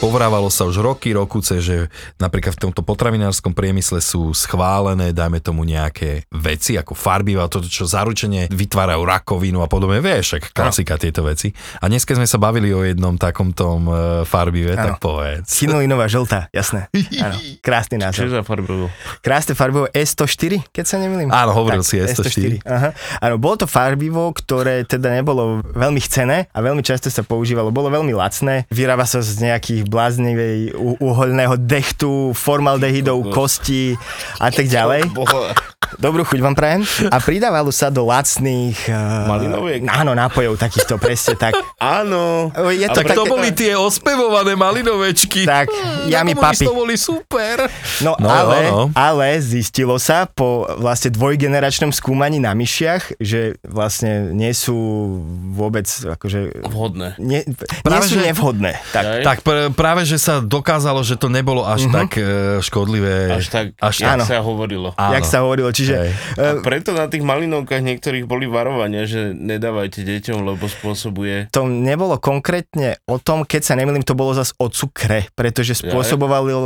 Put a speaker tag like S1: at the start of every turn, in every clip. S1: povrávalo sa už roky, rokuce, že napríklad v tomto potravinárskom priemysle sú schválené, dajme tomu nejaké veci, ako farbiva, toto, čo zaručene vytvárajú rakovinu a podobne, vieš, však klasika tieto veci. A dnes, keď sme sa bavili o jednom takom tom e, farbive, tak
S2: Áno.
S1: povedz.
S2: Chinolinová žltá, jasné. Áno, krásny názov.
S3: Čo za farbu?
S2: Krásne farbivo S104, keď sa nemýlim.
S1: Áno, hovoril si S104.
S2: Aha. Áno, bolo to farbivo, ktoré teda nebolo veľmi chcené a veľmi často sa používalo. Bolo veľmi lacné, vyrába sa z nejakých bláznivej u- uholného dechtu, formaldehydov, kostí a tak ďalej. Dobrú chuť vám prajem. A pridávalo sa do lacných... eh,
S3: Malinoviek?
S2: Áno, nápojov takýchto, presne tak.
S3: Áno.
S2: Je
S1: Tak to boli tie ospevované malinovečky. Mm,
S2: Tak, jami papi.
S1: To boli super.
S2: No,
S1: No,
S2: no ale,
S1: áno.
S2: ale zistilo sa po vlastne dvojgeneračnom skúmaní na myšiach, že vlastne nie sú vôbec akože...
S3: Vhodné.
S2: Nie, nie
S1: Práve,
S2: sú
S1: že-
S2: nevhodné. Tak.
S3: Hej?
S1: Tak pr- práve, že sa dokázalo, že to nebolo až mm-hmm. tak e, škodlivé.
S3: Až tak,
S1: Až
S3: jak
S2: Áno.
S3: sa hovorilo.
S1: Áno.
S2: Jak sa hovorilo, čiže...
S1: Hej.
S2: eh,
S3: Preto na tých malinovkách niektorých boli varovania, že nedávajte deťom, lebo spôsobuje...
S2: to nebolo konkrétne o tom, keď sa nemýlim, to bolo zas o cukre, pretože spôsobovali uh,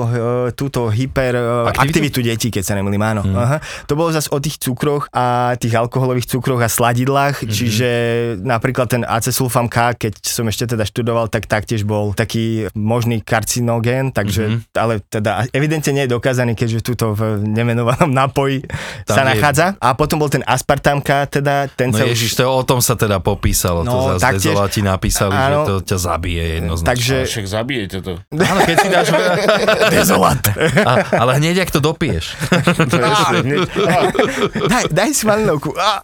S2: túto hyperaktivitu
S1: Aktivitu? Mm.
S2: aktivitu detí, keď sa nemýlim, áno. Aha. To bolo zas o tých cukroch a tých alkoholových cukroch a sladidlách,
S1: Mhm.
S2: čiže napríklad ten acesulfam K, keď som ešte teda študoval, tak taktiež bol taký možný karcinogén, takže,
S1: Mhm.
S2: ale teda evidentne nie je dokázaný, keďže tuto v nemenovanom nápoji
S1: Tam
S2: sa
S1: je-
S2: nachádza. A potom bol ten aspartam K, teda ten
S1: No
S2: sa už-
S1: ježiš, to, o tom sa teda popísalo, no, to
S2: No,
S1: zase
S2: taktiež-
S1: dezolati napísali, áno,
S2: áno.
S1: že to ťa zabije jednoznačne.
S2: Takže-
S3: A Však zabijete to.
S1: Áno, keď si dáš...
S2: Dezolat.
S1: A, ale hneď, ak to dopiješ.
S2: daj, daj si malinovku. Á.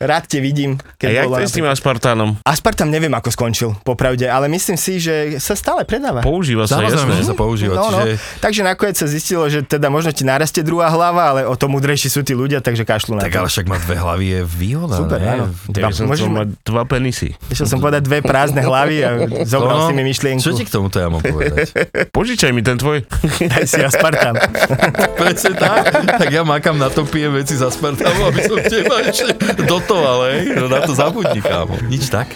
S2: Rád te vidím.
S3: A jak to
S2: bola
S3: je s tým aspartánom?
S2: Aspartam neviem, ako skončil, popravde, ale myslím si, že sa stále predáva.
S3: Používa sa,
S1: Samozrejme, že
S3: jasné.
S1: sa používa.
S2: No, no.
S1: čiže...
S2: Takže nakoniec sa zistilo, že teda možno ti narastie druhá hlava, ale o to múdrejší sú tí ľudia, takže kašľú na
S1: Tak
S2: to.
S1: ale však má dve hlavy, je výhoda.
S2: Super,
S1: ne? No,
S2: áno. Dva,
S3: Ja by som chcel
S2: môžem,
S3: mať dva penisy.
S2: išiel som povedať dve prázdne hlavy a zobral si mi myšlienku.
S1: No. Čo ti k tomuto ja mám povedať?
S3: Požičaj mi ten tvoj.
S2: Daj si aspartam.
S1: Presne tak. Tak ja makam na to, pijem veci za Spartamu, aby som teba ešte dotoval, hej? No na to zabudni, kámo. Nič tak.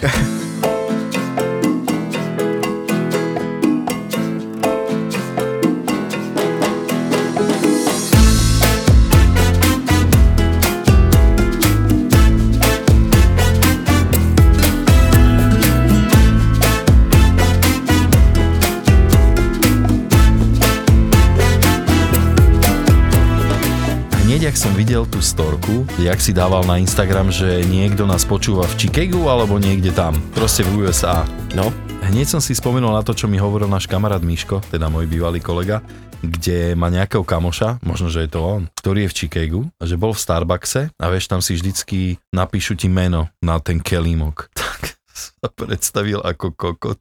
S1: Hneď, ak som videl tú storku, jak si dával na Instagram, že niekto nás počúva v Chicagu alebo niekde tam, proste v USA.
S3: No.
S1: Hneď som si spomenul na to, čo mi hovoril náš kamarát Miško, teda môj bývalý kolega, kde má nejakého kamoša, možno, že je to on, ktorý je v Chicagu, a že bol v Starbuckse a vieš, tam si vždycky napíšu ti meno na ten kelímok. Tak sa predstavil ako kokot.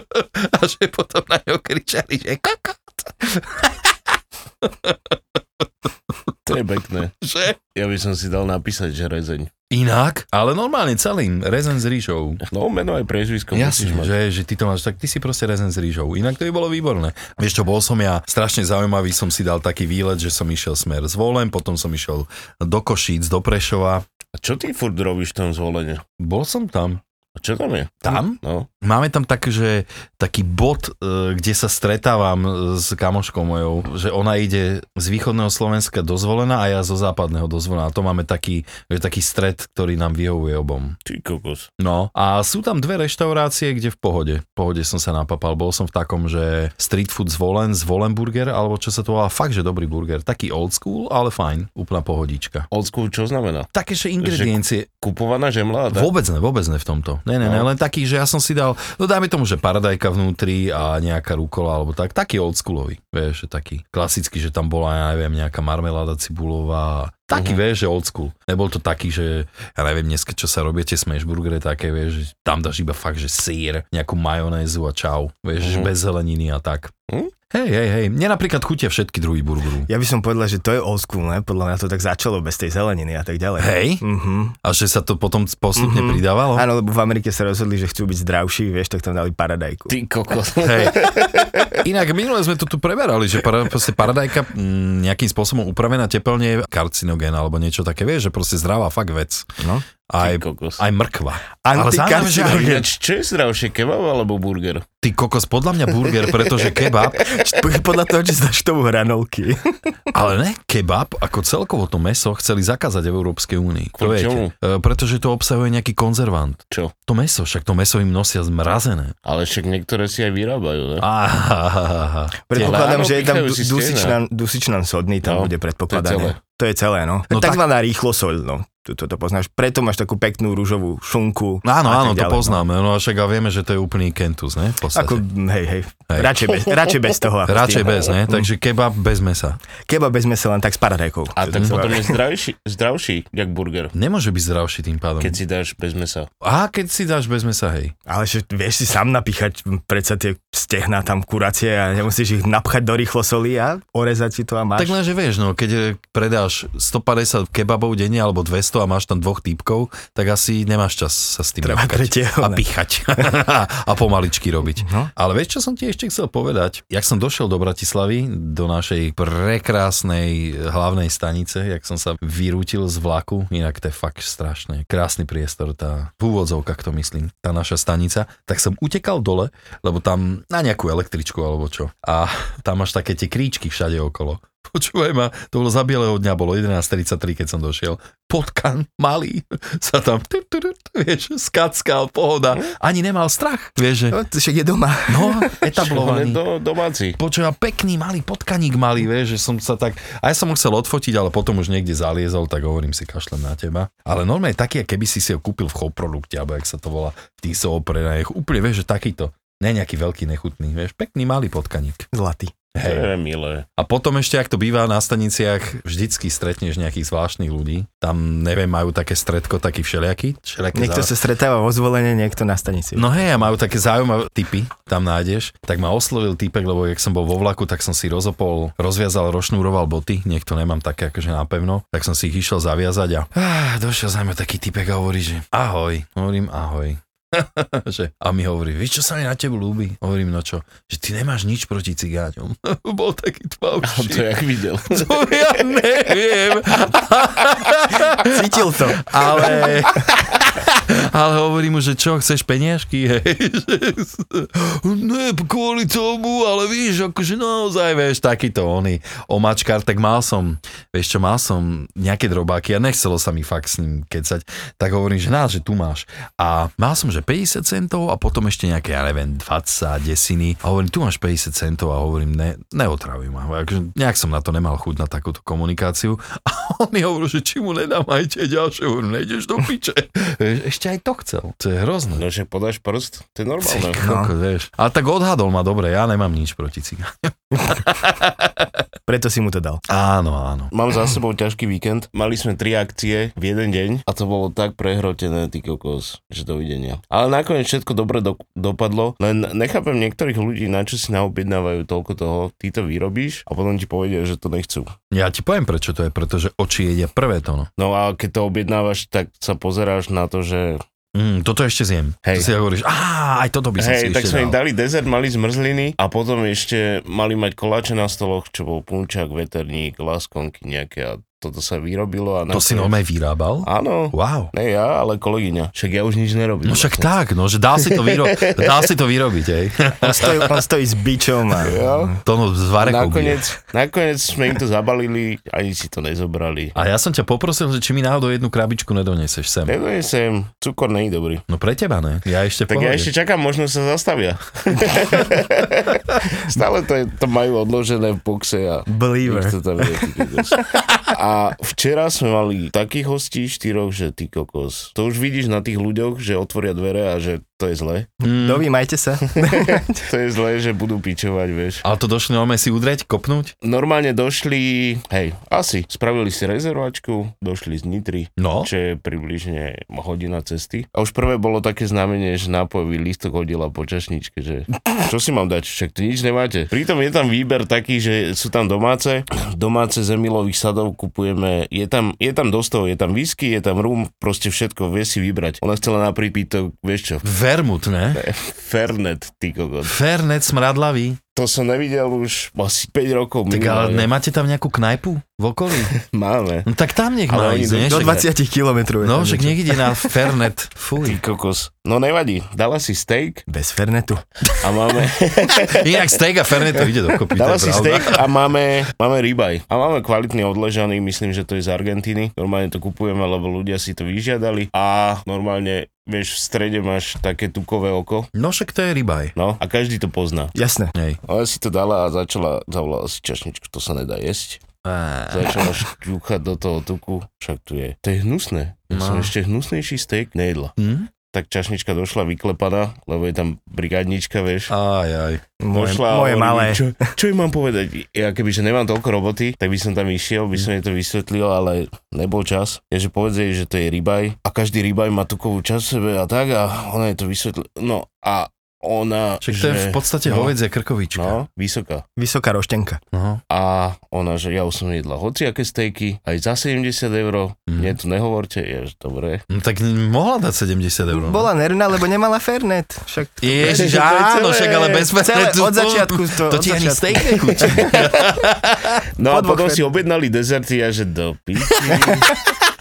S1: a že potom na ňo kričali, že kokot,
S3: To je pekné.
S1: že...
S3: Ja by som si dal napísať, že rezeň.
S1: Inak, ale normálne celým, rezen s rýžou.
S3: No, meno aj priezvisko musíš
S1: Jasne,
S3: mať.
S1: že, že ty to máš, tak ty si proste rezen s rýžou. Inak to by bolo výborné. Vieš čo, bol som ja strašne zaujímavý, som si dal taký výlet, že som išiel smer z Volem, potom som išiel do Košíc, do Prešova.
S3: A čo ty furt robíš v tom zvolenie?
S1: Bol som tam.
S3: A čo tam je?
S1: Tam?
S3: No.
S1: Máme tam tak, že, taký bod, e, kde sa stretávam e, s kamoškou mojou, že ona ide z východného Slovenska do Zvolena a ja zo západného do Zvolena. A to máme taký, že taký stred, ktorý nám vyhovuje obom.
S3: Ty kokos.
S1: No a sú tam dve reštaurácie, kde v pohode. V pohode som sa napapal. Bol som v takom, že street food zvolen, zvolen burger, alebo čo sa to volá, fakt, že dobrý burger. Taký old school, ale fajn, úplná pohodička.
S3: Old school čo znamená?
S1: Také, že ingrediencie,
S3: Kupovaná žemla? a tak?
S1: vôbec ne, vôbec ne v tomto. Ne, ne, ne,
S3: No.
S1: len taký, že ja som si dal, no dajme tomu, že paradajka vnútri a nejaká rukola, alebo tak, taký old schoolový, vieš, že taký klasický, že tam bola, ja neviem, nejaká marmeláda cibulová, Taký, vieš, že old school. Nebol to taký, že ja neviem, dneska čo sa robia tie smash burgery, také, vieš, že tam dáš iba fakt, že sír, nejakú majonézu a čau. Vieš, že bez zeleniny a tak.
S3: Mhm.
S1: Hej, hej, hej. Mne napríklad chutia všetky druhy burgeru.
S2: Ja by som povedal, že to je old school, ne? Podľa mňa to tak začalo bez tej zeleniny a tak ďalej.
S1: Hej?
S2: Mhm.
S1: A že sa to potom postupne pridávalo?
S2: Áno, lebo v Amerike sa rozhodli, že chcú byť zdravší, vieš, tak tam dali paradajku.
S3: Ty kokos.
S1: Hej. Inak minule sme to tu preberali, že para, proste paradajka mm, nejakým spôsobom upravená tepelne je karcinogén alebo niečo také, vieš, že proste zdravá fakt vec.
S2: No.
S1: Aj,
S3: Ty kokos.
S1: aj mrkva. zároveň, že aj-
S2: Antikarcinogen.
S3: Ináč, čo je zdravšie, kebab alebo burger?
S1: Ty kokos, podľa mňa burger, pretože kebab,
S2: Podľa toho, či znáš tomu hranolky.
S1: ale ne, kebab ako celkovo to meso chceli zakázať v Európskej únii. To
S3: Kvôli
S1: viete.
S3: čomu?
S1: E, Pretože to obsahuje nejaký konzervant.
S3: Čo?
S1: To meso, však to meso im nosia zmrazené.
S3: Ale však niektoré si aj vyrábajú, ne?
S1: Áhahaha.
S2: Predpokladám,
S3: Áno,
S2: že je tam
S3: pichajú
S2: du-
S3: si stena.
S2: dusičnan, dusičnan sodný, tam
S3: No,
S2: bude predpokladané. To je celé, no.
S1: No
S2: no
S1: tak-
S2: Takzvaná rýchlosoľ, no. Tu to, to poznáš. Preto máš takú peknú rúžovú šunku.
S1: Áno,
S2: a tak
S1: áno, to
S2: ďalej, no.
S1: poznáme. No a však a vieme, že to je úplný kentus, ne? V podstate.
S2: Ako, hej, hej.
S1: Hej.
S2: Radšej bez, radšej bez toho. Ako s
S1: Radšej
S2: tým.
S1: bez, ne?
S3: Mm.
S1: Takže kebab bez mesa.
S2: Keba bez mesa len tak s paradajkou.
S3: A tak
S2: Mm.
S3: potom je zdravší, zdravší, jak burger,
S1: Nemôže byť zdravší tým pádom.
S3: keď si dáš bez mesa.
S1: A keď si dáš bez mesa, hej.
S2: Ale že vieš si sám napíchať predsa tie stehná tam kuracie a nemusíš ich napchať do rýchlosoli a orezať si to a máš.
S1: Tak len, že vieš, no, keď e, predáš 150 kebabov denne alebo 200 a máš tam dvoch týpkov, tak asi nemáš čas sa s tým
S2: Treba
S1: napchať
S2: tretieho,
S1: a
S2: ne?
S1: pichať a pomaličky robiť.
S2: No.
S1: Ale vieš, čo som ti ešte chcel povedať? Jak som došiel do Bratislavy, do našej prekrásnej eh, hlavnej stanice, jak som sa vyrútil z vlaku, inak to je fakt strašné. Krásny priestor, tá v úvodzovkách to myslím, tá naša stanica, tak som utekal dole, lebo tam na nejakú električku alebo čo. A tam máš také tie kríčky všade okolo. Počúvaj ma, to bolo za bieleho dňa, bolo 11.33, keď som došiel. Potkan, malý, sa tam, tu, tu, tu, tu, vieš, skackal, pohoda. Ani nemal strach, vieš, že
S2: No, to však je doma.
S1: No,
S3: On je
S1: etablovaný.
S3: do, domáci.
S1: Počujem, pekný malý potkaník malý, vieš, že som sa tak... A ja som ho chcel odfotiť, ale potom už niekde zaliezol, tak hovorím si, kašlem na teba. Ale normálne taký, keby si si ho kúpil v choprodukte, alebo jak sa to volá, v tých so oprenajech. Úplne, vieš, že takýto. Ne nejaký veľký nechutný, vieš, pekný malý potkaník.
S2: Zlatý.
S3: To
S1: Hej.
S3: je milé.
S1: A potom ešte, ak to býva na staniciach, vždycky stretneš nejakých zvláštnych ľudí. Tam, neviem, majú také stredko, taký všelijaký. všelijaký
S2: Niekto sa stretáva vo zvolenie, niekto na stanici.
S1: No hej, a majú také zaujímavé typy, tam nájdeš. Tak ma oslovil typek, lebo jak som bol vo vlaku, tak som si rozopol, rozviazal, rošnúroval boty, niekto nemám také akože napevno, tak som si ich išiel zaviazať a ah, došiel za mňa taký typek a hovorí, že ahoj, hovorím ahoj. že, a mi hovorí, vieš čo sa mi na tebu ľúbi? Hovorím, no čo, že ty nemáš nič proti cigáňom. Bol taký
S3: On to
S1: tmavší.
S3: jak videl.
S1: To ja neviem.
S2: Cítil to.
S1: Ale... Ale hovorí mu, že čo, chceš peniažky? Hej, že- ne, kvôli tomu, ale vieš, akože naozaj, vieš, takýto oný omačkár, tak mal som, vieš čo, mal som nejaké drobáky a nechcelo sa mi fakt s ním kecať, tak hovorím, že na, že tu máš. A mal som, že 50 centov a potom ešte nejaké, ja neviem, 20 desiny a hovorím, tu máš 50 centov a hovorím, ne, neotravuj ma. Akože nejak som na to nemal chuť na takúto komunikáciu a on mi hovoril, že či mu nedám aj tie ďalšie, hovorím, nejdeš do piče. Vieš, Ešte aj to chcel. no. To je hrozné.
S3: No však podáš prst, to je normálne.
S1: Ty kokos, vieš. Ale tak odhadol ma dobre, ja nemám nič proti cigánom.
S2: Preto si mu to dal.
S1: Áno, áno.
S3: Mám za sebou ťažký víkend. Mali sme tri akcie v jeden deň a to bolo tak prehrotené, ty kokos, že dovidenia. Ale nakoniec všetko dobre do, dopadlo, len nechápem niektorých ľudí, na čo si naobjednávajú toľko toho, ty to vyrobíš a potom ti povedia, že to nechcú.
S1: Ja ti poviem, prečo to je, pretože oči jedia prvé to. No.
S3: No a keď to objednávaš, tak sa pozeráš na to, že
S1: Mm, toto ešte zjem. To
S3: Hej.
S1: si ja hovoríš, á, aj toto by som si
S3: Hej, tak
S1: ešte
S3: sme im
S1: dal.
S3: dali dezert, mali zmrzliny a potom ešte mali mať koláče na stoloch, čo bol punčak, veterník, laskonky nejaké a toto sa vyrobilo. A
S1: To si normálne vyrábal?
S3: Áno,
S1: Wow.
S3: ne ja, ale kolegyňa. Však ja už nič nerobím.
S1: No však tak, no, že dal si to, vyro- dal si to vyrobiť, hej.
S2: On stojí, on stojí s bičom a...
S3: Jo.
S1: To no, z varekou bije.
S3: Nakoniec, nakoniec sme im to zabalili, ani si to nezobrali.
S1: A ja som ťa poprosil, že či mi náhodou jednu krabičku nedoneseš sem.
S3: Nedonesem, cukor není dobrý.
S1: No pre teba, ne? Ja ešte
S3: Tak ja
S1: pohode.
S3: ešte čakám, možno sa zastavia. Stále to, je, to majú odložené v boxe a
S2: Believer.
S3: Nech to tam je, ty kokos. A včera sme mali takých hostí štyroch, že ty kokos. To už vidíš na tých ľuďoch, že otvoria dvere a že to je zle.
S1: Mm.
S2: Dovi, majte sa.
S3: To je zle, že budú pičovať, vieš.
S1: Ale to došli máme si udreť, kopnúť?
S3: Normálne došli, hej, asi, spravili si rezervačku, došli z Nitry,
S1: No.
S3: čo je približne hodina cesty. A už prvé bolo také znamenie, že nápojový lístok hodila po čašničke, že čo si mám dať, však tu nič nemáte. Pritom je tam výber taký, že sú tam domáce, domáce zemilových sadov kupujeme, je tam, je tam dosť toho, je tam whisky, je tam rum, proste všetko, vie si vybrať. Ona chcela na prípitok, vieš čo,
S1: Vermut, ne?
S3: Fernet, ty kokot.
S1: Fernet smradlavý.
S3: To som nevidel už asi 5 rokov.
S1: Tak ale
S3: minimálne.
S1: nemáte tam nejakú knajpu v okolí?
S3: Máme.
S1: No tak tam nech má
S3: Ale oni
S1: ísť,
S3: do-
S1: nie?
S2: Do
S1: Však-
S2: 20 kilometrov. je
S1: No
S2: tam
S1: však
S2: niečo.
S1: nech ide na Fernet.
S3: Ty
S1: Fuj.
S3: kokos. No nevadí, dala si steak
S2: Bez fernetu.
S3: a máme,
S1: Inak steak a Fernet to ide dokopy. to
S3: dala
S1: je
S3: si
S1: pravda.
S3: steak a máme, máme rybaj. A máme kvalitný odležaný, myslím, že to je z Argentíny. Normálne to kupujeme, lebo ľudia si to vyžiadali a normálne, vieš, v strede máš také tukové oko.
S1: No však to je rybaj.
S3: No a každý to pozná.
S2: Jasné.
S1: Hej.
S3: Ale si to dala a začala, zavolala si čašničku, to sa nedá jesť.
S1: Á,
S3: Začala šťúchať do toho tuku, však tu je. To je hnusné. Ja som
S1: No.
S3: ešte hnusnejší steak nejedla.
S1: Hm?
S3: Tak čašnička došla vyklepaná, lebo je tam brigádnička, vieš.
S1: Aj, aj.
S2: Moje,
S3: Došla a
S2: moje
S3: hovorí mi,
S2: malé.
S3: Čo, čo im mám povedať? Ja keby, že nemám toľko roboty, tak by som tam išiel, by
S1: Hm.
S3: som jej to vysvetlil, ale nebol čas. Ja, že povedz jej, že to je rybaj a každý rybaj má tukovú časť v sebe a tak a ona je to vysvetlila. No a ona,
S1: Však to
S3: že...
S1: je v podstate
S3: no.
S1: hovedzie krkovička.
S3: No, vysoká.
S2: Vysoká roštenka.
S1: No.
S3: A ona, že ja už som jedla hociaké stejky, aj za 70 eur,
S1: Mhm.
S3: mm. mne to nehovorte, ja, že dobre.
S1: no tak mohla dať 70 eur. no.
S2: Bola nervná, lebo nemala fernet. Však
S1: Ježiš,
S3: To je
S1: áno,
S3: celé-
S1: však ale bez
S2: celé
S1: Fernetu.
S2: od začiatku to,
S1: To
S2: od
S1: ti ani
S2: začiatku.
S1: steak nechutí.
S3: No
S2: Po
S3: a
S2: dvoch
S3: potom
S2: fet-
S3: si objednali dezerty a že do piči.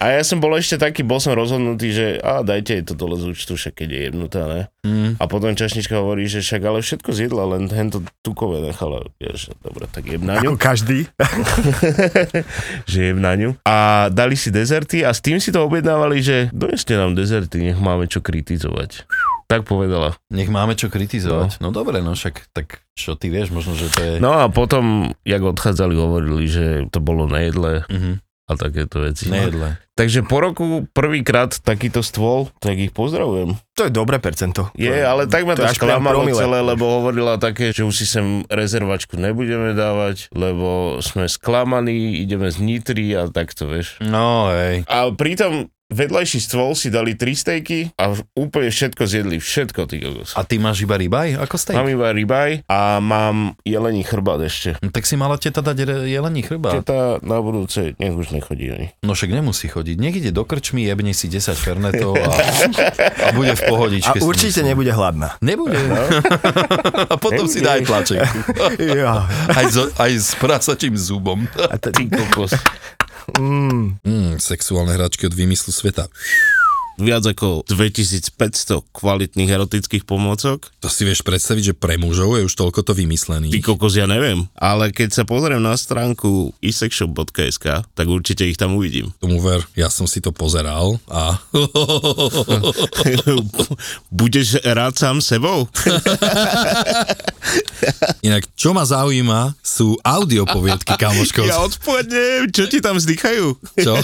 S3: A ja som bol ešte taký, bol som rozhodnutý, že a dajte jej to dole z účtu, však keď je jebnutá, ne?
S1: Mm.
S3: A potom čašnička hovorí, že však ale všetko zjedla, len hento tukové nechala. Ja, že dobre, tak jeb na
S2: Ako
S3: ňu.
S2: každý.
S3: že jeb na ňu. A dali si dezerty a s tým si to objednávali, že doneste nám dezerty, nech máme čo kritizovať. Tak povedala.
S1: Nech máme čo kritizovať. No, dobre, no však, tak čo ty vieš, možno, že to je...
S3: No a potom, jak odchádzali, hovorili, že to bolo na jedle
S1: Mhm.
S3: a takéto veci. No.
S1: Nejedle.
S3: Takže po roku prvýkrát takýto stôl, tak ich pozdravujem.
S2: To je dobré percento.
S3: Je, ale tak ma
S2: to je
S3: to,
S2: až priam
S3: sklamalo
S2: promile.
S3: celé, lebo hovorila také, že už si sem rezervačku nebudeme dávať, lebo sme sklamaní, ideme z Nitry a takto, vieš.
S1: No, hej.
S3: A pritom vedľajší stôl si dali tri stejky a v- úplne všetko zjedli, všetko, ty kokos.
S1: A ty máš iba rybaj ako steak?
S3: Mám iba rybaj a mám jelení chrbát ešte.
S1: No, tak si mala teta dať re- jelení chrbát.
S3: Teta na budúce, nech už nechodí ani.
S1: No však nemusí chodiť. Nech ide do krčmy, jebne si 10 fernetov a, a bude v
S2: A
S1: pohodičke. si
S2: určite
S1: myslím.
S2: nebude No. hladná.
S1: Nebude. a potom si daj
S3: Nebude.
S1: tlaček.
S2: Ja.
S1: Aj, so, aj s prasačím zubom.
S2: A to,
S3: Ty kokos.
S2: mm,
S1: Mm, sexuálne hračky od výmyslu sveta.
S3: Viac ako 2500 kvalitných erotických pomôcok.
S1: To si vieš predstaviť, že pre mužov je už toľko to
S3: Ty
S1: vymyslený.
S3: kokos, ja neviem. Ale keď sa pozriem na stránku isexshop.sk, tak určite ich tam uvidím.
S1: Tomu ver, ja som si to pozeral a...
S3: Budeš rád sám sebou?
S1: Inak, čo ma zaujíma, sú audiopoviedky, kamoško.
S3: Ja odpadnem, čo ti tam vzdychajú?
S1: Čo?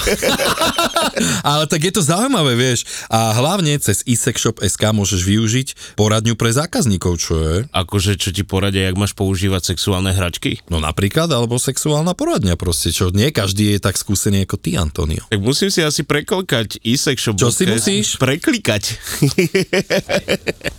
S1: Ale tak je to zaujímavé, vieš. A hlavne cez isekshop.sk môžeš využiť poradňu pre zákazníkov, čo je?
S3: Akože, čo ti poradia, jak máš používať sexuálne hračky?
S1: No napríklad, alebo sexuálna poradňa proste, čo nie každý je tak skúsený ako ty, Antonio.
S3: Tak musím si asi preklkať isexshop.sk.
S1: Čo si musíš?
S3: Preklikať.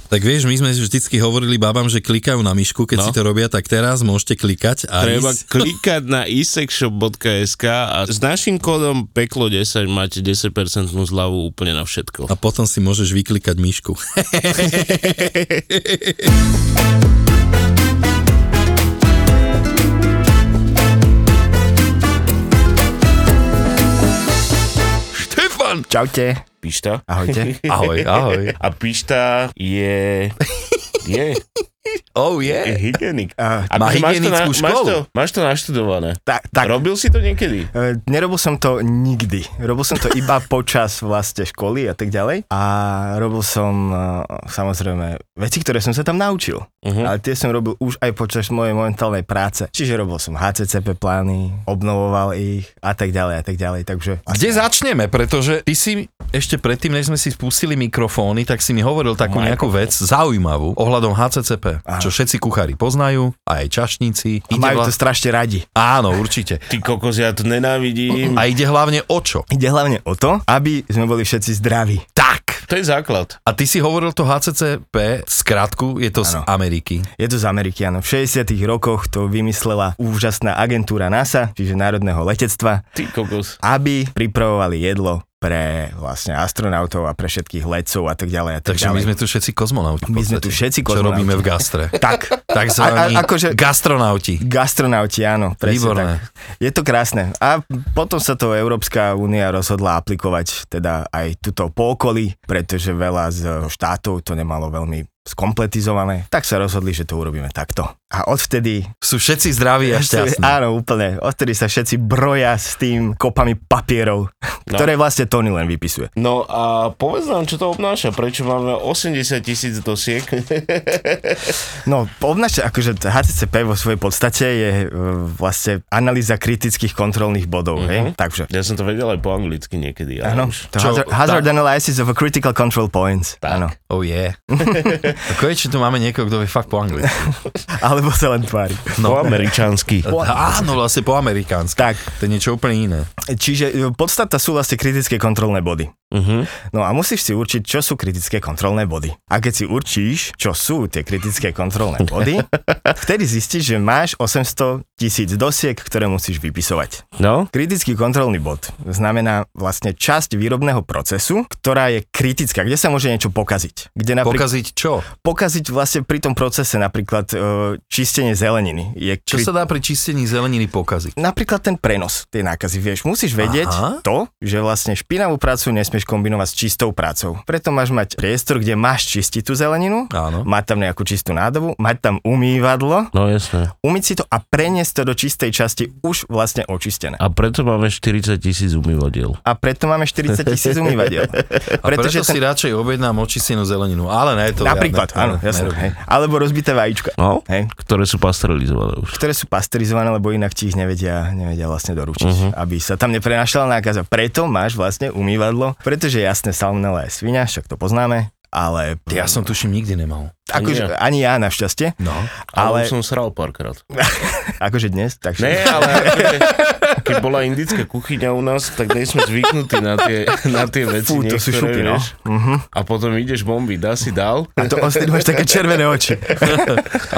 S1: Tak vieš, my sme vždycky hovorili babám, že klikajú na myšku, keď no.
S3: No.
S1: si to robia, tak teraz môžete klikať a
S3: Treba
S1: ísť.
S3: klikať na isexshop.sk a s našim kódom peklo10 máte 10% zľavu úplne na všetko.
S1: A potom si môžeš vyklikať myšku. Štefan!
S2: čaute.
S3: Pišta?
S2: Ahojte.
S1: Ahoj, ahoj.
S3: A pišta je... Je,
S1: Oh
S3: je
S1: yeah.
S3: hygienik.
S2: A,
S1: Má
S3: Akože
S1: hygienickú
S3: máš
S1: školu.
S3: to, máš to naštudované.
S2: tak, tak.
S3: Tak. Robil si to niekedy?
S2: E, Nerobil som to nikdy. Robil som to iba počas vlastne školy a tak ďalej. A robil som e, samozrejme veci, ktoré som sa tam naučil.
S1: Mhm.
S3: Uh-huh.
S2: Ale tie som robil už aj počas mojej momentálnej práce. Čiže robil som HCCP plány, obnovoval ich a tak ďalej a tak ďalej. Takže
S1: Kde začneme? Pretože ty si ešte predtým, než sme si spustili mikrofóny, tak si mi hovoril takú
S3: Majko.
S1: nejakú vec zaujímavú ohľadom HCCP,
S2: Oh Aha.
S1: čo všetci kuchári poznajú, aj čašníci.
S2: A
S1: Ide
S2: majú to
S1: vla-
S2: strašne radi.
S1: Áno, určite.
S3: Ty kokos, ja to nenávidím.
S1: A ide hlavne o čo?
S2: Ide hlavne o to, aby sme boli všetci zdraví.
S1: Tak!
S3: To je základ.
S1: A ty si hovoril to HCCP, skratku, je to ano. z
S2: Áno.
S1: Ameriky.
S2: Je to z Ameriky, áno. V 60 rokoch to vymyslela úžasná agentúra NASA, čiže Národného letectva,
S3: Ty kokos.
S2: aby pripravovali jedlo pre vlastne astronautov a pre všetkých letcov a tak ďalej a tak
S1: Takže my
S2: ďalej.
S1: sme tu všetci kozmonauti. v
S2: My sme
S1: podstate,
S2: tu všetci
S1: Čo
S2: kozmonauti.
S1: robíme v gastre.
S2: Tak,
S1: Takzvaní
S2: A- a- akože-
S1: gastronauti.
S2: gastronauti, áno, presne
S1: Výborné.
S2: tak. Je to krásne. A potom sa to Európska únia rozhodla aplikovať teda aj tuto po okolí, pretože veľa z štátov to nemalo veľmi skompletizované, tak sa rozhodli, že to urobíme takto. A odvtedy
S1: Sú všetci zdraví a šťastní.
S2: Áno, úplne. Odtedy sa všetci broja s tým kopami papierov,
S1: No.
S2: ktoré vlastne Tony len vypisuje.
S3: No a povedz nám, čo to obnáša, prečo máme 80 tisíc dosiek.
S2: No, obnáša, akože HCCP vo svojej podstate je e, vlastne analýza kritických kontrolných bodov, hej? Takže,
S3: Mhm. ja som to vedel aj po anglicky niekedy. ale
S2: áno.
S3: už.
S2: To
S1: Čo-
S2: hazard, hazard analysis of a critical control points. Áno.
S1: Oh yeah. A Konečne tu máme niekoho, kto vie fakt po anglicky.
S2: Alebo sa len tvári.
S3: No. Po američansky.
S1: Áno, vlastne po amerikánsky.
S2: Tak,
S1: To je niečo úplne iné.
S2: čiže e, podstata sú vlastne kritické kontrolné body.
S1: Mhm.
S3: Uh-huh.
S2: No a musíš si určiť, čo sú kritické kontrolné body. A keď si určíš, čo sú tie kritické kontrolné body, vtedy zistíš, že máš 800 tisíc dosiek, ktoré musíš vypisovať.
S3: No?
S2: Kritický kontrolný bod znamená vlastne časť výrobného procesu, ktorá je kritická, kde sa môže niečo pokaziť. Kde napríklad
S1: Pokaziť čo?
S2: pokaziť vlastne pri tom procese napríklad e, čistenie zeleniny. Je
S1: Čo sa dá pri čistení zeleniny pokaziť?
S2: napríklad ten prenos tej nákazy, vieš, musíš vedieť
S1: Aha.
S2: Aha. to, že vlastne špinavú prácu nesmieš kombinovať s čistou prácou. Preto máš mať priestor, kde máš čistiť tú zeleninu,
S1: Áno.
S2: mať tam nejakú čistú nádobu, mať tam umývadlo,
S3: No jasné.
S2: umyť si to a preniesť to do čistej časti už vlastne očistené.
S3: A preto máme 40 tisíc umývadiel.
S2: A preto máme 40 tisíc umývadiel.
S1: A preto si radšej objednám očistenú zeleninu. Ale ne, to
S2: napríklad,
S1: ja, ne,
S2: áno,
S1: ne,
S2: jasné,
S1: nerobím.
S2: hej. Alebo rozbité vajíčka.
S3: No,
S2: Hej.
S3: ktoré sú pasterilizované už.
S2: ktoré sú pasterizované, lebo inak ti ich nevedia, nevedia vlastne doručiť,
S3: Mhm.
S2: uh-huh. aby sa tam neprenašala nákaza. Preto máš vlastne umývadlo, pretože jasne salmonella je svinia, však to poznáme, ale...
S1: Ty, Ja som tuším nikdy nemal.
S2: akože, ani ja našťastie,
S1: No.
S3: Ale, ale
S2: ale
S3: už som sral párkrát.
S2: akože dnes, takže...
S3: Ne, ale akože, keď bola indická kuchyňa u nás, tak nie sme zvyknutí na tie, na tie veci.
S2: Fú, to sú
S3: niektoré,
S2: šupy, no.
S3: vieš. A potom ideš bomby, dá si dal.
S2: A to ostedy máš také červené oči.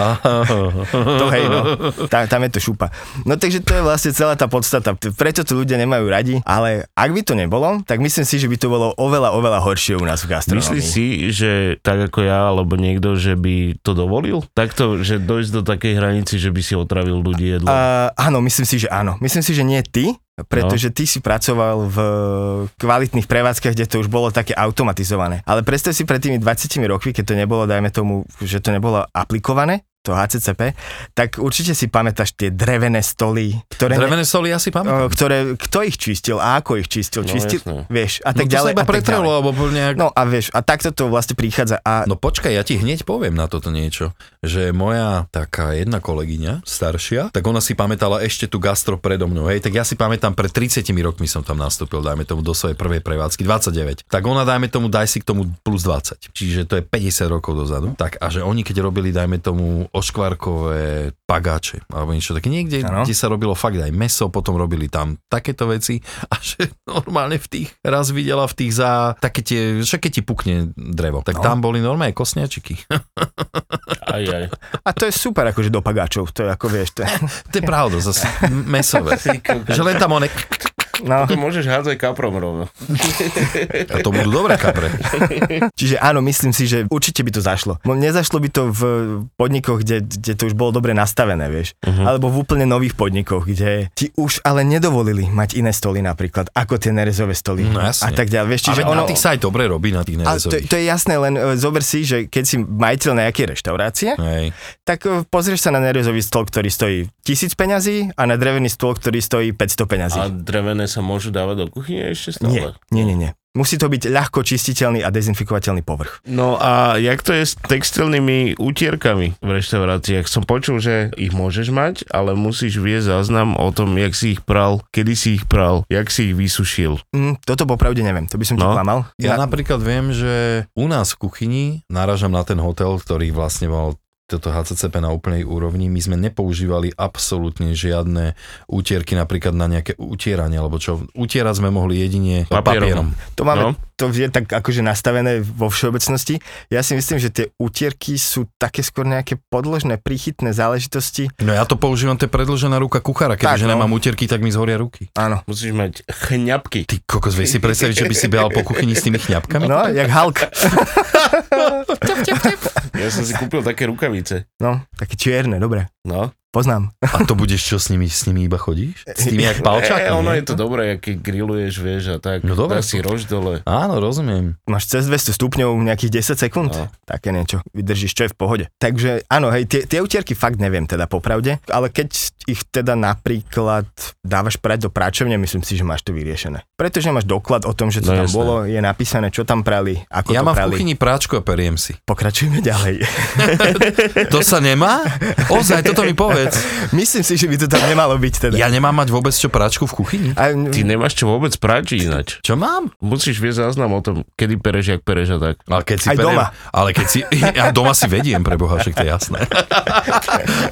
S2: to hej, no. Tam, tam je to šupa. No takže to je vlastne celá tá podstata. Preto to ľudia nemajú radi, ale ak by to nebolo, tak myslím si, že by to bolo oveľa, oveľa horšie u nás v gastronomii.
S3: Myslíš si, že tak ako ja, alebo niekto, že by to dovolil? Takto, že dojsť do takej hranici, že by si otravil ľudí jedlo. A...
S2: Uh, áno, myslím si, že áno. Myslím si, že nie ty, pretože no. ty si pracoval v kvalitných prevádzkach, kde to už bolo také automatizované. Ale predstav si pred tými 20 rokmi, keď to nebolo, dajme tomu, že to nebolo aplikované, to HCCP, tak určite si pamätáš tie drevené stoly, ktoré...
S1: Drevené soli asi
S2: eh,
S1: pamätám.
S2: ktoré, kto ich čistil a ako ich čistil,
S3: No,
S2: čistil,
S3: jasné.
S2: vieš, a
S1: No to
S2: tak ďalej.
S1: sa iba
S2: a tak
S1: pretrelo,
S2: ďalej.
S1: alebo nejak
S2: No a vieš, a takto to vlastne prichádza a
S1: No počkaj, ja ti hneď poviem na toto niečo, že moja taká jedna kolegyňa, staršia, tak ona si pamätala ešte tú gastro predo mnou, hej, tak ja si pamätám, pred 30 rokmi som tam nastúpil, dajme tomu do svojej prvej prevádzky, 29, tak ona dajme tomu, daj si k tomu plus 20, čiže to je 50 rokov dozadu, tak a že oni keď robili, dajme tomu, oškvarkové pagáče, alebo niečo také, niekde,
S2: Áno.
S1: kde sa robilo fakt aj meso, potom robili tam takéto veci a že normálne v tých, raz videla v tých za, také tie, však keď ti pukne drevo, tak no.
S2: No.
S1: tam boli normálne kosniačiky.
S3: Aj, aj.
S2: a to je super akože do pagáčov, to je ako vieš, to je,
S1: to je pravda, zase m- mesové. že len tam one,
S2: no.
S3: To môžeš hádzať kaprom rovno.
S1: a to budú dobré kapre.
S2: Čiže áno, myslím si, že určite by to zašlo. No, Nezašlo by to v podnikoch, kde, kde to už bolo dobre nastavené, vieš.
S1: Mhm.
S2: Uh-huh. Alebo v úplne nových podnikoch, kde ti už ale nedovolili mať iné stoly napríklad, ako tie nerezové stoly.
S1: No jasne.
S2: A tak ďalej. Vieš,
S1: Čiže
S2: čiže
S1: ono... na
S2: ono...
S1: tých sa aj dobre robí, na tých
S2: a to,
S1: nerezových.
S2: to je jasné, len e, zober si, že keď si majiteľ nejakej reštaurácie,
S1: Hej.
S2: tak e, pozrieš sa na nerezový stôl, ktorý stojí tisíc peňazí a na drevený stôl, ktorý stojí 500 peňazí.
S3: A drevené sa môžu dávať do kuchyne ešte
S2: Nie,
S3: stále?
S2: nie, nie, nie. Musí to byť ľahko čistiteľný a dezinfikovateľný povrch.
S3: No a jak to je s textilnými utierkami v reštauráciách? Som počul, že ich môžeš mať, ale musíš viesť záznam o tom, jak si ich pral, kedy si ich pral, jak si ich vysušil.
S2: Mm, toto popravde neviem, to by som ti
S3: No.
S2: klamal.
S1: Ja napríklad viem, že u nás v kuchyni náražam na ten hotel, ktorý vlastne mal toto HCCP na úplnej úrovni. My sme nepoužívali absolútne žiadne utierky napríklad na nejaké utieranie, alebo čo. Utierať sme mohli jedine papierom.
S3: Papierom.
S2: To máme,
S3: No.
S2: to je tak akože nastavené vo všeobecnosti. Ja si myslím, že tie utierky sú také skôr nejaké podložné, príchytné záležitosti.
S1: No ja to používam, to je predlžená ruka kuchára. Keďže
S2: Tak, no.
S1: nemám utierky, tak mi zhoria ruky.
S2: Áno.
S3: Musíš mať chňapky.
S1: Ty kokos, vieš si predstaviť, že by si behal po kuchyni s tými chňapkami?
S2: No, jak Hulk.
S3: Ja som si kúpil také rukavice.
S2: No, také čierne, dobre.
S3: No.
S2: Poznám.
S1: A to budeš čo s nimi, s nimi iba chodíš? S nimi jak palčákom?
S3: e, ono
S1: nie?
S3: je to dobré, keď grilluješ, vieš, a tak.
S1: No dobre.
S3: Dá si rož dole.
S1: Áno, rozumiem.
S2: Máš cez 200 stupňov nejakých 10 sekúnd?
S3: No.
S2: Také niečo. Vydržíš, čo je v pohode. Takže áno, hej, tie, tie utierky fakt neviem teda popravde, ale keď ich teda napríklad dávaš prať do práčovne, myslím si, že máš to vyriešené. Pretože máš doklad o tom, že to tam
S3: No jasné.
S2: bolo, je napísané, čo tam prali, ako
S1: Ja
S2: to
S1: mám v
S2: prali.
S1: kuchyni práčku a periem si.
S2: Pokračujeme ďalej.
S1: To sa nemá? Ozaj, toto mi povedz.
S2: myslím si, že by to tam nemalo byť teda.
S1: Ja nemám mať vôbec čo práčku v kuchyni?
S2: A,
S3: Ty nemáš čo vôbec práči inač.
S1: Čo mám?
S3: Musíš viesť záznam o tom, kedy pereš, jak pereš a tak.
S1: Ale keď si
S2: Aj doma.
S1: Ale keď si, ja doma si vediem, pre Boha, však to je jasné.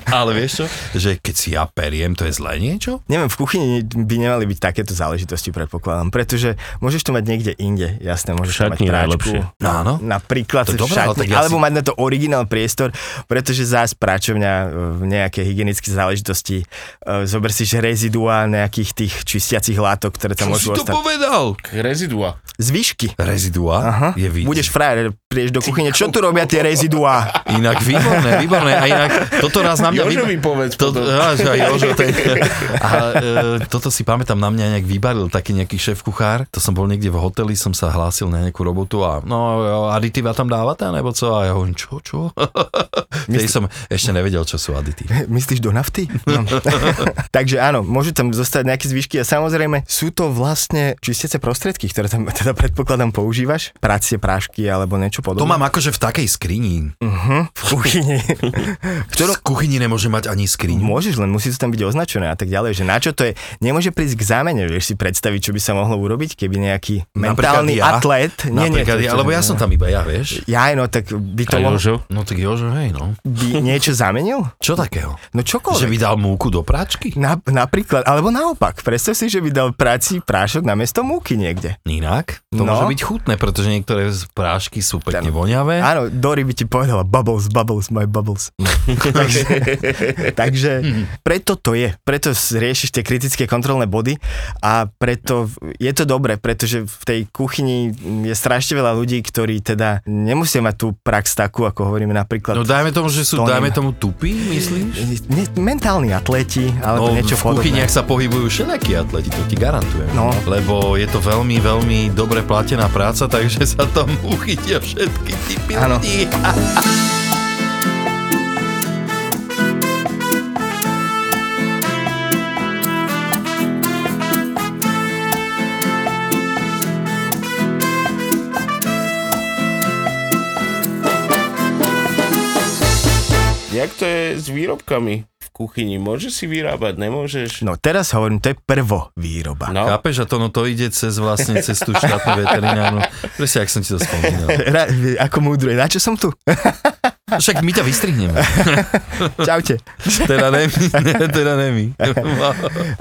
S1: ale vieš čo? Že keď si ja periem, to je zlé niečo?
S2: Neviem, v kuchyni by nemali byť takéto záležitosti, predpokladám, pretože môžeš to mať niekde inde, jasné, môžeš
S3: V
S2: to mať
S3: šatni
S2: práčku,
S3: najlepšie.
S1: No áno.
S2: napríklad
S1: To je
S2: v
S1: dobré, ale
S2: šatni,
S1: tak ja
S2: alebo
S1: si-
S2: mať na to originál priestor, pretože zás práčovňa e, v nejaké hygienické záležitosti, e, zober si, že rezidua nejakých tých čistiacich látok, ktoré
S1: Čo si
S2: tam môžu
S1: to
S2: ostať.
S1: povedal?
S3: Rezidua.
S2: Zvyšky.
S1: Rezidua
S2: Aha.
S1: je vidieť.
S2: Budeš frajer, prídeš do kuchyne, čo tu robia tie reziduá?
S1: Inak výborné, výborné. A inak toto raz na mňa...
S3: Jožovi povedz
S1: To,
S3: potom.
S1: á, že aj Jožo, ten, a, e, toto si pamätám, na mňa nejak vybaril taký nejaký šéf kuchár. To som bol niekde v hoteli, som sa hlásil na nejakú robotu a no, jo, aditíva tam dávate, nebo co? A ja hovorím, čo, čo? Tej som ešte nevedel, čo sú aditívy.
S2: Myslíš do nafty? No. Takže áno, môžu tam zostať nejaké zvyšky a samozrejme sú to vlastne čistiace prostriedky, ktoré tam teda predpokladám používaš. Pracie, prášky alebo niečo
S1: To
S2: podobné.
S1: mám akože v takej skrini.
S2: Uh-huh, v kuchyni.
S1: Ktorú v Mm, kuchyni nemôže mať ani skriň.
S2: Môžeš, len musí to tam byť označené a tak ďalej, že na čo to je. Nemôže prísť k zámene, vieš si predstaviť, čo by sa mohlo urobiť, keby nejaký
S1: Napríklad
S2: mentálny
S1: ja.
S2: atlet.
S1: Napríklad,
S2: to-
S1: ja,
S2: to-
S1: lebo ja som tam iba ja, vieš.
S2: Ja, no tak by to
S3: A
S2: mohlo,
S3: Jožo?
S1: No tak Jožo, hej no.
S2: by niečo zamenil?
S1: Čo takého?
S2: No
S1: Že
S2: čokoľvek.
S1: by dal múku do práčky?
S2: Na, napríklad, alebo naopak, predstav si, že by dal práci prášok na miesto múky niekde.
S1: Inak? To
S2: No.
S1: môže byť chutné, pretože niektoré z prášky sú pekne voňavé.
S2: Áno, Dory by ti povedala bubbles, bubbles, my bubbles. takže, takže
S1: Mhm.
S2: preto to je. Preto riešiš tie kritické kontrolné body a preto je to dobré, pretože v tej kuchyni je strašne veľa ľudí, ktorí teda nemusia mať tú prax takú, ako hovoríme napríklad
S1: No dajme tomu, že sú,
S2: To
S1: dajme
S2: nemá.
S1: tomu tupí, myslíš?
S2: ne, mentálni atleti alebo
S1: No,
S2: niečo
S1: v
S2: podobné.
S1: kuchyniach sa pohybujú všelijakí atleti, to ti garantujem.
S2: No.
S1: Lebo je to veľmi, veľmi dobre platená práca, takže sa tam uchytia všetky typy
S2: Áno.
S1: ľudí.
S3: Jak to je s výrobkami v kuchyni? Môžeš si vyrábať, nemôžeš?
S2: No teraz hovorím, to je prvo výroba.
S3: No.
S1: Chápeš, a to, no, to ide cez vlastne cez tú štátnu veterinárnu. Presne, ak som ti to spomínal.
S2: Ra, ako múdro, na čo som tu?
S1: Však my ťa vystrihneme.
S2: Čaute.
S1: Teda ne my, ne, teda ne my.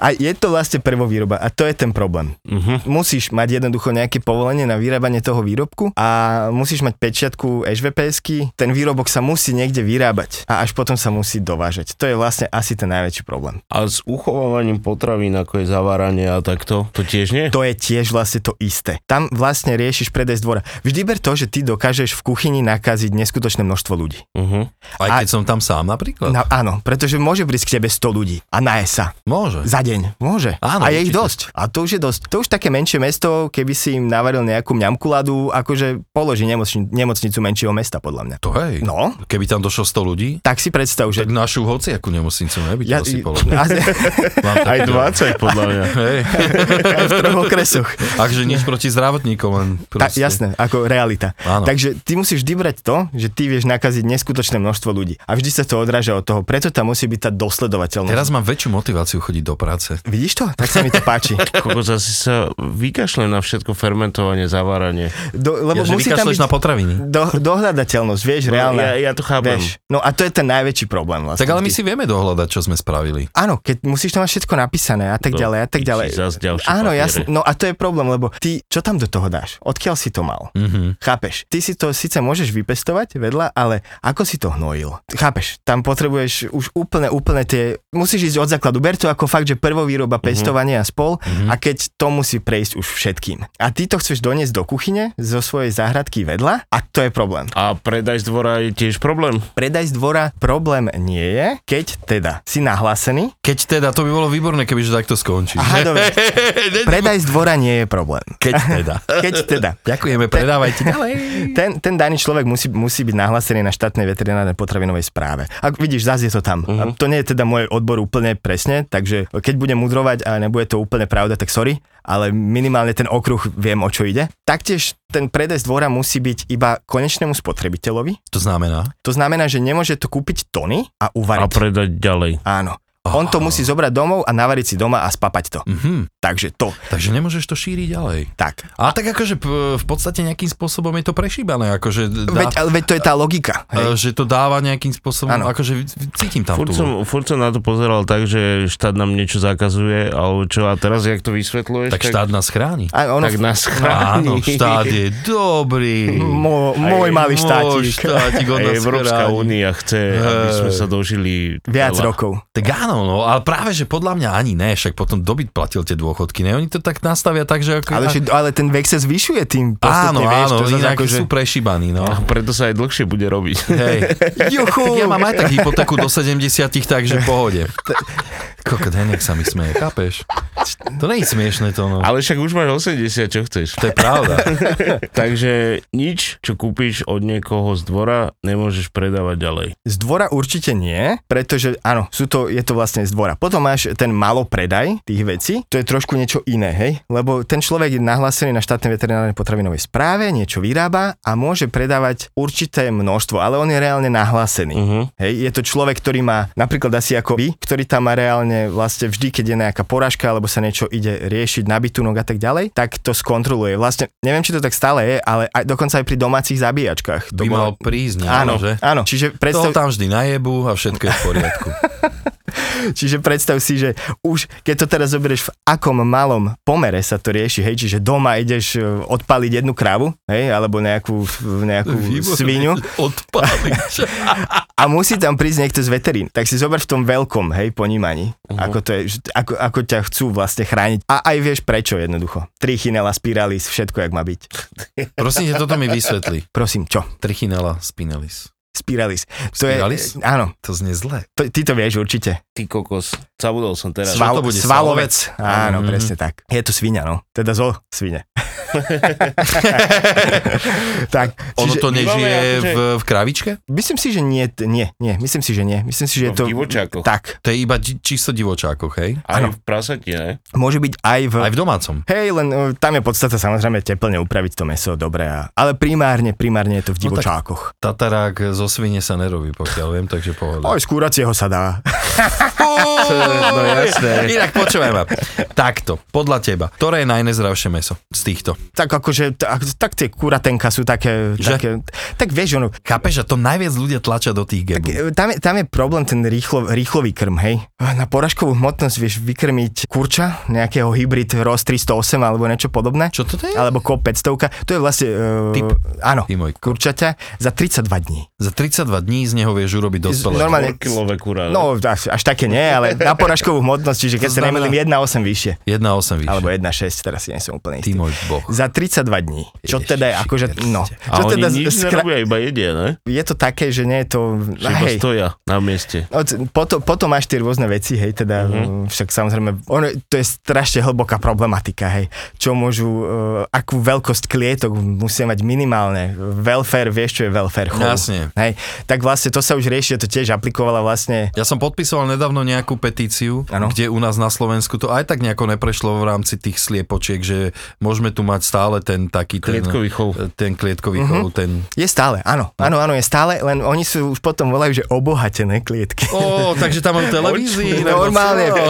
S2: A je to vlastne prvovýroba a to je ten problém.
S3: Uh-huh.
S2: musíš mať jednoducho nejaké povolenie na vyrábanie toho výrobku a musíš mať pečiatku hvps ten výrobok sa musí niekde vyrábať a až potom sa musí dovážať. To je vlastne asi ten najväčší problém.
S3: A s uchovávaním potravín, ako je zaváranie a takto, to tiež nie?
S2: To je tiež vlastne to isté. Tam vlastne riešiš predaj z dvora. Vždy ber to, že ty dokážeš v kuchyni nakaziť neskutočné množstvo ľudí. ľudí.
S3: Uh-huh.
S1: Aj
S2: A- No.
S1: keď som tam sám napríklad.
S2: Na, áno, pretože môže prísť k tebe 100 ľudí a naje sa.
S1: Môže.
S2: Za deň, môže.
S1: Áno,
S2: a je ich
S1: určite.
S2: dosť. A to už je dosť. To už také menšie mesto, keby si im navaril nejakú mňamkuladu, akože položí nemocni- nemocnicu menšieho mesta, podľa mňa.
S1: To hej.
S2: No,
S1: Keby tam došlo 100 ľudí,
S2: tak si predstav, že...
S1: tak našu hociakú nemocnicu nebyť ja, asi položil.
S3: Aj 20 podľa mňa.
S1: Hej,
S2: aj v troch okresoch.
S1: akže nič proti zdravotníkom, len
S2: Ta,
S1: proste.
S2: jasné, ako realita.
S1: Áno.
S2: Takže ty musíš vždy brať to, že ty vieš nakaziť neskutočné množstvo ľudí. A vždy sa to odráža od toho. Preto tam musí byť tá dosledovateľnosť.
S1: Teraz mám väčšiu motiváciu chodiť do práce.
S2: Vidíš to? Tak sa mi to páči.
S3: Kokos asi sa vykašle na všetko fermentovanie, zaváranie.
S2: Do, lebo
S1: Ja, že
S2: musí tam
S1: vykašleš
S2: byť
S1: na No, potraviny.
S2: do, dohľadateľnosť, vieš, reálne.
S3: Ja, ja to chápem.
S2: Vieš. No a to je ten najväčší problém vlastne.
S1: Tak ale my
S2: Ty-
S1: si vieme dohľadať, čo sme spravili.
S2: Áno, keď musíš tam mať všetko napísané a tak
S3: Do
S2: ďalej a tak
S3: piči,
S2: ďalej.
S3: zas ďalšie
S2: Áno,
S3: papiere.
S2: jasne. No a to je problém, lebo ty, čo tam do toho dáš? Odkiaľ si to mal?
S1: Mhm.
S2: Chápeš? Ty si to síce môžeš vypestovať vedľa, ale ako si to hnojil? Chápeš? Tam potrebuješ už úplne, úplne tie... Musíš ísť od základu. Ber to ako fakt,
S1: Mhm.
S2: že prvovýroba, pestovanie a spol a keď to musí prejsť už všetkým. A ty to chceš doniesť do kuchyne zo svojej záhradky vedľa a to je problém.
S3: A predaj z dvora je tiež problém.
S2: Predaj z dvora problém nie je, keď teda si nahlásený.
S1: Keď teda, to by bolo výborné, kebyže takto skončí.
S2: Aha, dobre. Predaj z dvora nie je problém.
S1: Keď teda.
S2: Keď teda.
S1: Ďakujeme, predávajte ďalej.
S2: Ten, ten daný človek musí, musí byť nahlásený na štátnej veterinárnej potravinovej správe. A vidíš, zase je to tam. Uh-huh. A to nie je teda môj odbor úplne presne, takže keď budem mudrovať a nebude to úplne pravda, tak sorry, ale minimálne ten okruh viem, o čo ide. Taktiež ten predaj z dvora musí byť iba konečnému spotrebiteľovi.
S1: To znamená?
S2: To znamená, že nemôže to kúpiť tony a
S3: A
S2: uvariť.
S3: predať ďalej.
S2: Áno. On to musí zobrať domov a navariť si doma a spapať to.
S1: Mhm.
S2: Takže to.
S1: Takže nemôžeš to šíriť ďalej.
S2: Tak.
S1: A tak akože p- v podstate nejakým spôsobom je to prešíbané, akože, dá,
S2: Veď, ale veď to je tá logika. Hej.
S1: e, že to dáva nejakým spôsobom,
S2: Áno.
S1: akože v- v- cítim tam tú...
S3: Furt som, furt som na to pozeral tak, že štát nám niečo zakazuje, alebo čo, a teraz, jak to vysvetľuješ,
S1: Tak štát nás chráni.
S2: A ono,
S3: tak nás
S1: Áno,
S3: chráni.
S1: štát je dobrý.
S2: Mô, môj malý
S1: Môj
S2: štátik.
S1: štátik od
S3: Aj
S1: nás
S3: Európska
S1: chráni.
S3: únia chce, aby sme sa dožili
S2: Viac
S3: veľa.
S2: rokov.
S1: Tak áno, no, ale práve, že podľa mňa ani ne, však potom dobyt platil tie dôchodky, ne? Oni to tak nastavia tak, že ako...
S2: Ale, že, ale ten vek sa zvyšuje tým
S1: áno,
S2: postupne, vieš,
S1: áno,
S2: to zase akože-
S1: inak
S2: ako, že...
S1: sú prešíbaní, no.
S3: A preto sa aj dlhšie bude robiť.
S1: Hej.
S2: Juchu!
S1: Tak ja mám aj tak hypotéku do 70 takže pohode. Kokot, Henek sa mi smeje, chápeš? To nie je smiešné to, no.
S3: Ale však už máš 80, čo chceš.
S1: To je pravda.
S3: Takže nič, čo kúpiš od niekoho z dvora, nemôžeš predávať ďalej.
S2: Z dvora určite nie, pretože áno, sú to, je to vlastne z dvora. Potom máš ten malopredaj tých vecí, to je trošku niečo iné, hej? Lebo ten človek je nahlásený na štátnej veterinárnej potravinovej správe, niečo vyrába a môže predávať určité množstvo, ale on je reálne nahlásený.
S1: Mhm.
S3: Uh-huh.
S2: Hej, je to človek, ktorý má napríklad asi ako vy, ktorý tam má reálne vlastne vždy, keď je nejaká porážka alebo sa niečo ide riešiť na bytunok a tak ďalej, tak to skontroluje. Vlastne neviem, či to tak stále je, ale aj, dokonca aj pri domácich zabíjačkách. To
S1: By mal
S2: bolo-
S1: prísť, nie?
S2: Áno,
S1: že?
S2: áno. Čiže
S1: Toho
S2: predstav,
S1: tam vždy najebu a všetko je v poriadku.
S2: čiže predstav si, že už keď to teraz zoberieš, v akom malom pomere sa to rieši, hej, čiže doma ideš e, odpaliť jednu kravu, hej, alebo nejakú, nejakú svinu
S1: Odpáliť.
S2: A musí tam prísť niekto z veterín. Tak si zober v tom veľkom, hej, ponímaní. Uh-huh. Ako, to je, že- ako, ako ťa chcú vlastne chrániť. A aj vieš prečo jednoducho. Trichinela, spiralis, všetko, jak má byť.
S1: Prosím ťa, toto mi vysvetli.
S2: Prosím, čo?
S1: Trichinella spinalis.
S2: Spiralis. To
S1: Spiralis?
S2: Je, áno,
S1: To znie zle.
S2: to, ty to vieš určite.
S3: Ty kokos, zabudol som teraz.
S1: Sva- to bude,
S2: svalovec.
S1: svalovec?
S2: Áno,
S1: Mhm.
S2: presne tak. Je to svinia, no. Teda zo svine. tak,
S1: Ono
S2: čiže,
S1: to nežije
S3: Bývame akože-
S1: v, v kravičke?
S2: myslím si, že nie, nie, nie, myslím si, že nie. Myslím si, že je
S3: No,
S2: to...
S3: v divočákoch.
S2: Tak,
S1: To je iba či- čisto divočákoch, hej?
S3: Aj
S2: áno.
S3: v prasati, ne?
S2: môže byť aj v...
S1: Aj v domácom.
S2: Hej, len uh, tam je podstata samozrejme teplne upraviť to meso, dobre, a, ale primárne, primárne je to v
S1: No tak-
S2: divočákoch.
S1: Tatarák zo svine sa nerobí, pokiaľ viem, takže
S2: No
S1: pohoda.
S2: Oj, z kuracieho sa dá.
S1: No jasné. Inak počúvaj ma. Takto, podľa teba, ktoré je najnezdravšie meso z týchto?
S2: Tak akože, tak, tak tie kuratenka sú také,
S1: Že?
S2: také tak vieš, ono,
S1: Chápeš, a to najviac ľudia tlačia do tých gebu.
S2: e, tam je, tam je problém ten rýchlo, rýchlový krm, hej. Na poražkovú hmotnosť vieš vykrmiť kurča, nejakého hybrid ROS 308 alebo niečo podobné,
S1: Čo to je?
S2: alebo COP 500, to je vlastne,
S1: Typ.
S2: uh, áno,
S1: Ty môj,
S2: kurčaťa za 32 dní.
S1: za 32 dní z neho vieš urobiť dospelého.
S2: normálne-
S3: Kilové kurá.
S2: No, až, až také nie, ale na poražkovú hmotnosť, čiže keď
S1: To
S2: sa
S1: znamená-
S2: nemýlim 1,8 vyššie.
S1: 1,8 vyššie.
S2: Alebo 1,6, teraz si nie som úplne
S1: Ty
S2: istý.
S1: môj boh.
S2: Za 32 dní. Čo
S1: Ježiši
S2: teda je akože... No.
S1: Kriste.
S3: A
S2: Čo
S3: oni
S2: teda
S3: nič
S2: skra-
S3: nerobia, iba jedia, ne?
S2: je to také, že nie je to...
S3: Že iba stoja na mieste.
S2: No, c- potom, potom máš tie rôzne veci, hej,
S1: Mhm.
S2: teda mm-hmm. však samozrejme, ono, to je strašne hlboká problematika, hej, čo môžu, uh, akú veľkosť klietok musia mať minimálne, welfare, vieš, čo je welfare chov,
S1: Jasne.
S2: hej, tak vlastne to sa už rieši, to tiež aplikovala vlastne,
S1: Ja som podpisoval nedávno nejakú petíciu,
S2: Áno.
S1: kde u nás na Slovensku to aj tak nejako neprešlo v rámci tých sliepočiek, že môžeme tu mať stále ten taký ten,
S3: Klietkový chov.
S1: ten klietkový chov,
S2: Mhm.
S1: ten...
S2: je stále, áno, áno, áno, je stále, len oni sú už potom volajú, že obohatené klietky.
S1: Ó, takže tam majú televízii. nebo
S2: normálne,
S1: čo?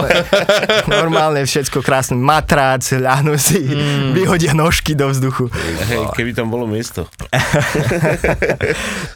S2: normálne všetko krásne, matrác, ľahnú si,
S1: Hmm.
S2: mm. vyhodia nožky do vzduchu.
S3: Hej, keby tam bolo miesto.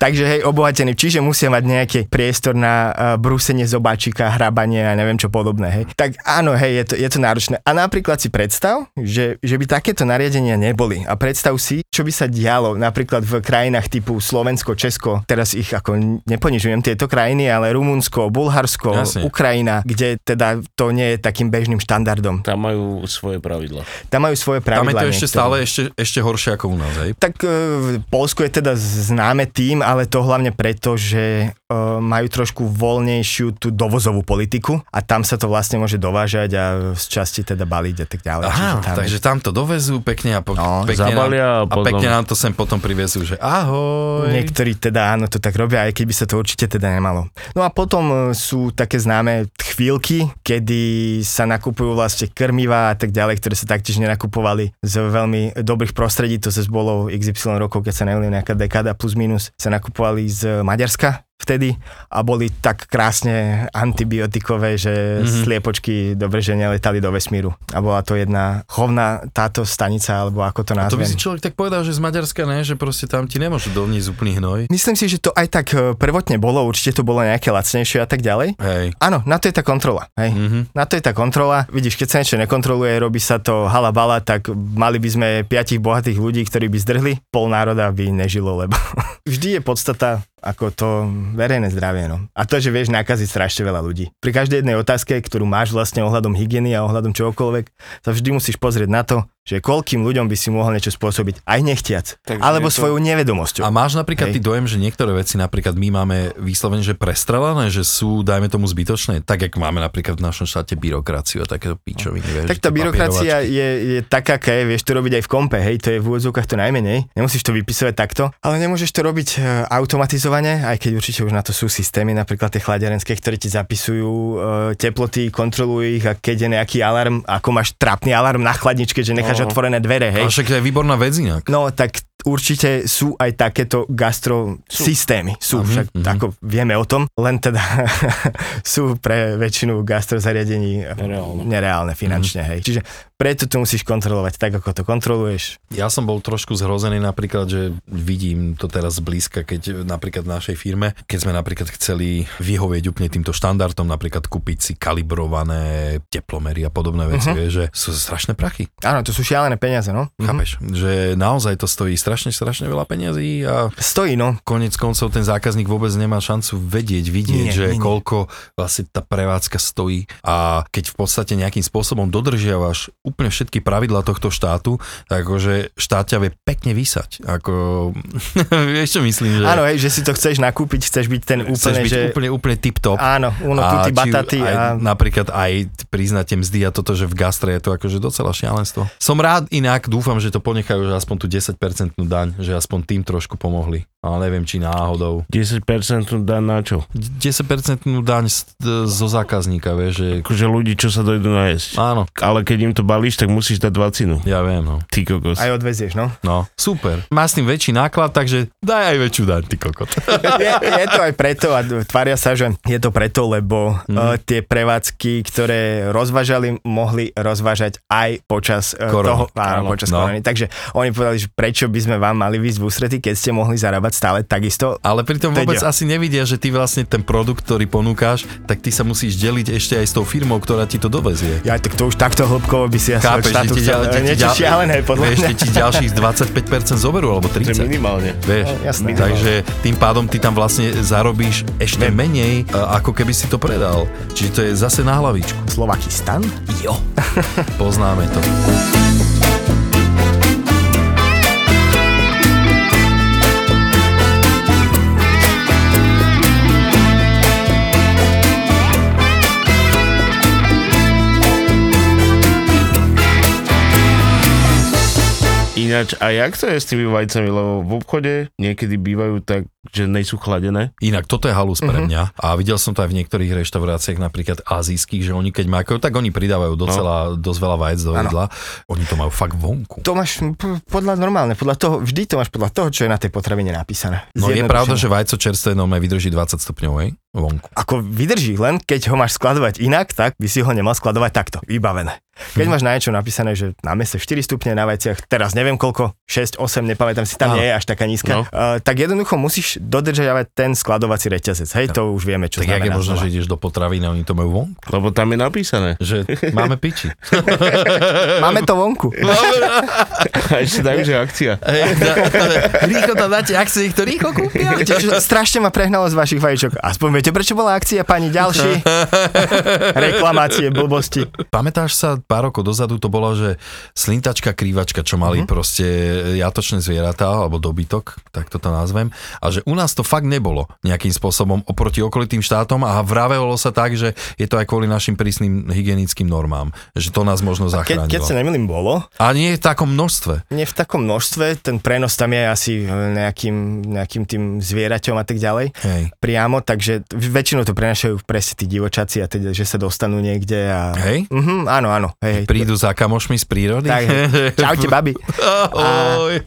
S2: Takže hej, obohatený. Čiže musia mať nejaký priestor na uh, brúsenie zobáčika, hrabanie a neviem čo podobné. Hej. Tak áno, hej, je to, je to náročné. A napríklad si predstav, že, že by takéto nariadenia neboli. A predstav si, čo by sa dialo napríklad v krajinách typu Slovensko, Česko, teraz ich ako neponižujem tieto krajiny, ale Rumunsko, Bulharsko,
S1: Jasne.
S2: Ukrajina, kde teda to nie je takým bežným štandardom.
S3: Tam majú svoje pravidla.
S2: Tam majú svoje
S1: Tam je
S2: pravidlá.
S1: to ešte
S2: niektoré.
S1: stále ešte, ešte horšie ako u nás, hej?
S2: Tak e, v Polsku je teda známe tým, ale to hlavne preto, že e, majú trošku voľnejšiu tú dovozovú politiku a tam sa to vlastne môže dovážať a z časti teda baliť a tak ďalej.
S1: Aha,
S2: Čiže tam,
S1: takže tam to dovezú pekne a, po,
S2: No,
S1: pekne,
S3: zabalia a
S1: nám, a
S3: potom-
S1: pekne nám to sem potom privezú, že ahoj.
S2: Niektorí teda áno, to tak robia, aj keby sa to určite teda nemalo. No a potom e, sú také známe chvíľky, kedy sa nakupujú vlastne krmiva a tak ďalej, ktoré sa taktiež nenakupovali z veľmi dobrých prostredí, to zase bolo XY rokov, keď sa nemýlim, nejaká dekáda plus minus, sa nakupovali z Maďarska vtedy a boli tak krásne antibiotikové, že mm-hmm.
S1: Mhm.
S2: sliepočky dobre, že neletali do vesmíru. A bola to jedna chovná táto stanica, alebo ako to
S1: To by
S2: nazvem.
S1: si človek tak povedal, že z Maďarska ne, že proste tam ti nemôžu dovniť úplný hnoj.
S2: Myslím si, že to aj tak e, prvotne bolo, určite to bolo nejaké lacnejšie a tak ďalej.
S1: Hej.
S2: Áno, na to je tá kontrola. Hej.
S1: Mhm.
S2: Na to je tá kontrola. Vidíš, keď sa niečo nekontroluje, robí sa to halabala, tak mali by sme piatich bohatých ľudí, ktorí by zdrhli, pol národa by nežilo, lebo vždy je podstata ako to verejné zdravie. No. A to, že vieš nakaziť strašne veľa ľudí. Pri každej jednej otázke, ktorú máš vlastne ohľadom hygieny a ohľadom čokoľvek, sa vždy musíš pozrieť na to, že koľkým ľuďom by si mohol niečo spôsobiť, aj nechtiac,
S3: Takže
S2: alebo
S3: je to-
S2: svojou nevedomosťou.
S1: A máš napríklad
S2: Hej.
S1: ty dojem, že niektoré veci, napríklad my máme vyslovene, že prestrelané, že sú, dajme tomu, zbytočné, tak jak máme napríklad v našom štáte byrokraciu a takéto pičoviny. vieš,
S2: Tak tá
S1: tie
S2: byrokracia
S1: papierovačky.
S2: je, je taká, aká je, vieš to robiť aj v kompe, hej, to je v úvodzovkách to najmenej, nemusíš to vypisovať takto, ale nemôžeš to robiť e, automatizovane, aj keď určite už na to sú systémy, napríklad tie chladerenské, ktoré ti zapisujú e, teploty, kontrolujú ich a keď je nejaký alarm, ako máš trapný alarm na chladničke, že necháš otvorené dvere, hej.
S1: Ale však to je výborná vec inak.
S2: No tak určite sú aj takéto gastro
S3: Sú.
S2: systémy. Sú
S1: Mhm,
S2: však,
S1: mhm.
S2: ako vieme o tom, len teda sú pre väčšinu gastro zariadení
S3: Nereálne.
S2: nereálne
S1: Mhm.
S2: finančne. Hej. Čiže preto to musíš kontrolovať tak, ako to kontroluješ.
S1: Ja som bol trošku zhrozený napríklad, že vidím to teraz zblízka, keď napríklad v našej firme, keď sme napríklad chceli vyhovieť úplne týmto štandardom, napríklad kúpiť si kalibrované teplomery a podobné veci,
S2: Mhm.
S1: uh-huh. vieš, že sú strašné prachy.
S2: Áno, to sú šialené peniaze, no. Mhm.
S1: Chápeš? Že naozaj to stojí strašne, strašne veľa peňazí a
S2: Stojí, no.
S1: konec koncov ten zákazník vôbec nemá šancu vedieť, vidieť,
S2: Nie,
S1: že
S2: nie, nie.
S1: koľko vlastne tá prevádzka stojí a keď v podstate nejakým spôsobom dodržiavaš úplne všetky pravidlá tohto štátu, tak akože štát ťa vie pekne vysať. Ako, vieš čo myslím, že
S2: Áno, hej, že si to chceš nakúpiť, chceš byť ten
S1: chceš
S2: úplne,
S1: byť
S2: že...
S1: úplne, úplne tip-top.
S2: Áno, uno,
S1: či
S2: tutti, bataty
S1: aj,
S2: a...
S1: Napríklad aj priznate mzdy a toto, že v gastre je to akože docela šialenstvo. Som rád inak, dúfam, že to ponechajú, že aspoň tú 10% daň, že aspoň tým trošku pomohli. Ale neviem, či náhodou.
S3: 10% tu dá na čo?
S1: 10% daň z, d- zo zákazníka, vieš, že...
S3: Akože ľudí, čo sa dojdú najesť.
S1: Áno,
S3: Ale keď im to balíš, tak musíš dať 20.
S1: ja viem, no.
S3: Ty kokos.
S2: Aj odvezieš, no.
S1: No, super. Má s tým väčší náklad, takže daj aj väčšiu daň, ty kokot.
S2: je, je to aj preto a tvária sa, že je to preto, lebo
S1: Mhm.
S2: mm. uh, tie prevádzky, ktoré rozvážali, mohli rozvážať aj počas uh,
S1: Korony.
S2: toho, áno,
S1: Áno.
S2: počas
S1: No.
S2: korony. Takže oni povedali, že prečo by sme vám mali výsť v ústrety, keď ste mohli zarábať stále takisto.
S1: Ale pritom vôbec
S2: Vedia.
S1: asi nevidia, že ty vlastne ten produkt, ktorý ponúkáš, tak ty sa musíš deliť ešte aj s tou firmou, ktorá ti to dovezie.
S2: Ja tak to už takto hĺbkovo by si asi od
S1: Chápeš, že
S2: štátu
S1: ti,
S2: chcel, eh,
S1: ďal, že ti,
S2: niečo
S1: ďal-
S2: šialené, podľa
S1: vieš,
S2: mňa.
S1: že ti ďalších 25% zoberú, alebo
S3: Že
S1: 30.
S3: minimálne.
S1: Vieš,
S2: No, jasné.
S1: takže tým pádom ty tam vlastne zarobíš ešte menej, e, ako keby si to predal. Čiže to je zase na hlavičku.
S2: Slovakistan?
S1: Jo. Poznáme to.
S3: Ináč, a jak to je s tými vajcami? Lebo v obchode niekedy bývajú tak, že nejsú chladené.
S1: Inak toto je halus
S2: Mhm.
S1: pre mňa a videl som to aj v niektorých reštauráciách, napríklad azijských, že oni keď makajú, tak oni pridávajú
S2: No.
S1: docela, dosť veľa vajec do jedla. Oni to majú fakt vonku.
S2: To máš p- podľa normálne, podľa toho, vždy to máš podľa toho, čo je na tej potravine napísané.
S1: No je
S2: Zjednodušene.
S1: pravda, že vajco čerstvé nome vydrží 20 stupňov, hej? Vonku.
S2: Ako vydrží, len keď ho máš skladovať inak, tak by si ho nemal skladovať takto. Vybavené. Keď
S1: Mhm.
S2: máš na niečo napísané, že na mese 4 stupne, na vajciach teraz neviem koľko, 6, 8, nepamätám si, tam
S1: Áno.
S2: nie je až taká nízka,
S3: No.
S2: no. uh, tak jednoducho musíš dodržiavať ten skladovací reťazec. Hej, to už vieme, čo
S1: Tak jak
S2: znamená.
S1: je možné,
S2: znova.
S1: že ideš do potravín a oni to majú vonku?
S3: Lebo tam je napísané.
S1: Že máme piči.
S2: Máme to vonku.
S1: No,
S3: A ešte dajú, že akcia.
S1: Rýchlo tam dáte akcie, ich to rýchlo kúpia.
S2: Čiže strašne ma prehnalo z vašich vajíčok. Aspoň viete, prečo bola akcia, pani ďalší? Reklamácie, blbosti.
S1: Pamätáš sa, pár rokov dozadu to bola, že slintačka, krývačka, čo
S2: Mhm.
S1: mali mm-hmm. proste jatočné zvieratá, alebo dobytok, tak to to nazvem. A že u nás to fakt nebolo nejakým spôsobom oproti okolitým štátom a vravelo sa tak, že je to aj kvôli našim prísnym hygienickým normám. Že to nás možno
S2: Ke,
S1: zachránilo.
S2: keď sa nemýlim, bolo.
S1: A nie v takom množstve.
S2: Nie v takom množstve, ten prenos tam je asi e, nejakým, nejakým tým zvieraťom a tak ďalej
S1: Hej.
S2: priamo, takže t- väčšinou to prenašajú presne tí divočáci a teda, že sa dostanú niekde a...
S1: Hej?
S2: Mhm, áno, áno. Hej, hej.
S1: Prídu za kamošmi z prírody.
S2: Tak, hej. čaute, babi.
S1: Ahoj.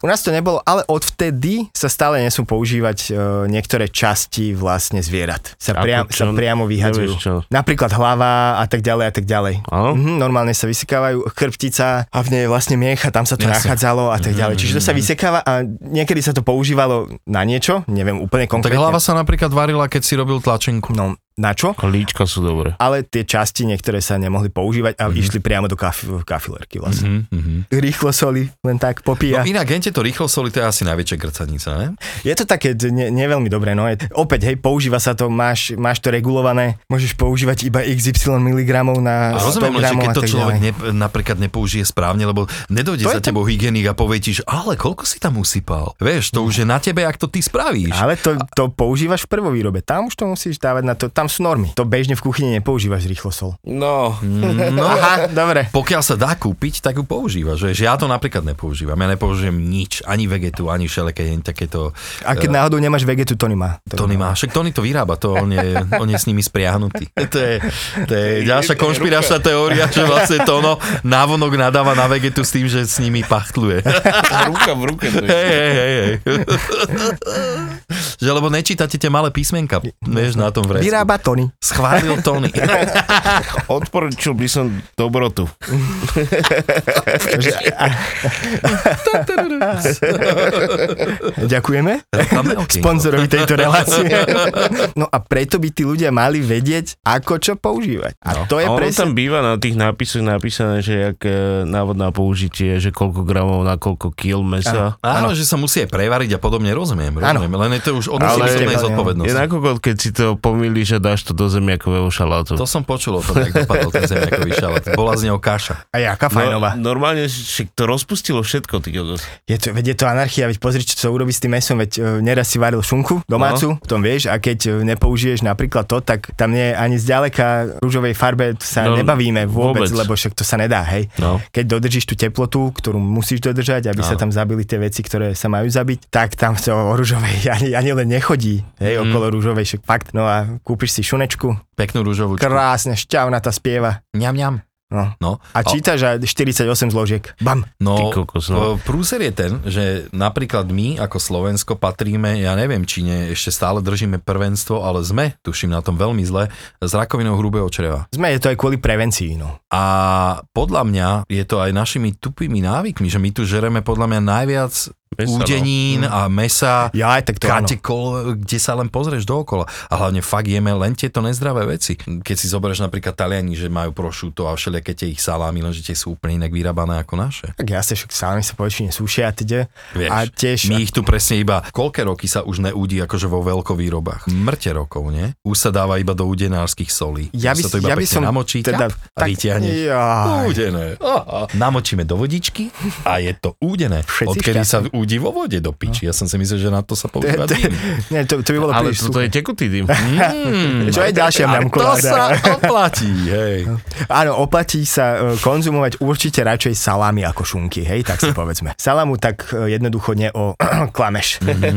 S2: U nás to nebolo, ale odvtedy sa stále nesú používať e, niektoré časti vlastne zvierat. Sa,
S3: Ako
S2: priam,
S3: čo?
S2: sa priamo
S3: Nevieš
S2: vyhadzujú.
S3: čo.
S2: Napríklad hlava a tak ďalej a tak ďalej.
S3: Áno?
S2: Mhm, normálne sa vysekávajú chrbtica a v nej je vlastne miecha, tam sa to
S1: Jasne.
S2: nachádzalo a tak ďalej. Čiže to sa vysekáva a niekedy sa to používalo na niečo, neviem úplne
S1: Tak
S2: konkrétne.
S1: hlava sa napríklad varila, keď si robil tlačenku.
S2: No, na čo?
S3: Klíčka sú dobré.
S2: Ale tie časti niektoré sa nemohli používať a mm-hmm. išli priamo do kaf- kafilerky vlastne.
S1: Mhm, mhm.
S2: Mm-hmm. Rýchlo soli, len tak popíja.
S1: No inak, gente to rýchlo soli, to je asi najväčšia grcanica, ne?
S2: Je to také d- ne, ne veľmi dobré, no. Je- Opäť, hej, používa sa to, máš, máš to regulované, môžeš používať iba XY miligramov na 100
S1: Rozumiem, len, že
S2: gramov
S1: keď
S2: a
S1: to
S2: tak
S1: človek
S2: ďalej.
S1: ne, napríklad nepoužije správne, lebo nedojde
S2: To
S1: za
S2: je tam-
S1: tebou hygienik a povie ti, že ale koľko si tam usypal? Vieš, to už je na tebe, ak to ty spravíš.
S2: Ale to, to používaš v prvovýrobe, tam už to musíš dávať na to, tam sú normy. To bežne v kuchyni nepoužívaš rýchlo sol.
S3: No,
S1: No,
S2: Aha, dobre.
S1: pokiaľ sa dá kúpiť, tak ju používaš. Vieš, ja to napríklad nepoužívam. Ja nepoužijem nič, ani vegetu, ani všelijaké ani takéto...
S2: A keď náhodou nemáš vegetu, Tony má.
S1: Tony má, však Tony to vyrába, to on je, on je s nimi spriahnutý. To je, to je ďalšia konšpiračná teória, že vlastne to ono návonok nadáva na vegetu s tým, že s nimi pachtluje.
S3: ruka v ruke. To
S1: Hej,
S3: je.
S1: hej, hej, hej. že lebo nečítate tie malé písmenka, vieš, na tom vrecku.
S2: Vyrába Tony.
S1: Schválil Tony.
S3: Odporučil by som dobrotu.
S2: Ďakujeme
S1: Reklame okienko.
S2: sponzorovi tejto relácie. No a preto by tí ľudia mali vedieť, ako čo používať.
S1: No.
S2: A to je
S3: A ono
S2: presne...
S3: tam býva na tých nápisoch napísané, že jak e, návod na použitie, že koľko gramov na koľko kil mesa.
S1: Áno, že sa musí aj prevariť a podobne, rozumiem,
S2: Áno.
S1: rozumiem. Len je to už od
S3: Ale-
S1: osobnej
S2: Ale-
S3: Je
S1: zodpovednosti.
S3: na kokot, keď si to pomýliš a dáš to do zemiakového šalátu.
S1: To som počul o tom, jak dopadol ten zemiakový šalát. Bola z neho kaša.
S2: A jaká fajnová.
S3: No, normálne však to rozpustilo všetko, ty kokos.
S2: Je to, veď je to anarchia, veď pozri, čo sa urobí s tým mesom, veď e, neraz si varil šunku domácu, v tom vieš, a keď e, nepoužiješ napríklad to, tak tam nie je ani zďaleka rúžovej farbe sa
S3: No,
S2: no, nebavíme vôbec,
S3: vôbec.
S2: vôbec, lebo však to sa nedá, hej.
S1: No.
S2: Keď dodržíš tú teplotu, ktorú musíš dodržať, aby sa
S1: Áno.
S2: tam zabili tie veci, ktoré sa majú zabiť, tak tam to o rúžovej ani, ani len nechodí, hej,
S1: Mm.
S2: mm. okolo rúžovej, však fakt. No a kúpiš si šunečku,
S1: Peknú rúžovú.
S2: krásne, šťavnatá spieva.
S1: Ňam, ňam.
S2: No.
S1: No.
S2: A čítaš a 48 zložiek. Bam.
S3: Ty
S1: No,
S3: kokos, no.
S1: e, prúser je ten, že napríklad my ako Slovensko patríme, ja neviem, či nie, ešte stále držíme prvenstvo, ale sme, tuším na tom veľmi zle, s rakovinou hrubého čreva.
S2: Sme je to aj kvôli prevencii, no.
S1: A podľa mňa je to aj našimi tupými návykmi, že my tu žereme podľa mňa najviac
S3: Mesa, no.
S1: údenín a mesa,
S2: Mm. Ja aj tak to áno.
S1: kateko, kde sa len pozrieš dookola. A hlavne fakt jeme len tieto nezdravé veci. Keď si zoberieš napríklad Taliani, že majú prošuto a všelijaké tie ich salámy, lenže tie sú úplne inak vyrábané ako naše.
S2: Tak jasne, však sámi sa po väčšine súšia a teda.
S1: Vieš,
S2: a tiež...
S1: My ich tu presne iba, koľké roky sa už neúdi akože vo veľkovýrobách? Mŕte rokov, nie? Už sa dáva iba do udenárskych solí.
S2: Ja by,
S1: už sa to iba
S2: ja by
S1: pekne
S2: som...
S1: namočí
S2: teda,
S1: ťap, a vyťahneš.
S2: Jaj.
S1: Údené. Aha. Namočíme do vodičky a je to údené.
S2: Všetci
S1: Odkedy sa
S2: šťastní.
S1: údi vo vode do piči. Ja som si myslel, že na to sa používa
S2: to-
S1: dým.
S2: Nie, to, to by bolo
S3: Ale
S2: príliš
S3: toto
S2: suché.
S3: je tekutý dym.
S1: Mm,
S2: Čo je ďalšia No.
S1: ale To
S2: mňamkoláda?
S1: sa oplatí, hej.
S2: Áno, oplatí sa e, konzumovať určite radšej salámy ako šunky, hej, tak si povedzme. Salamu tak e, jednoducho neoklameš.
S1: Mhm,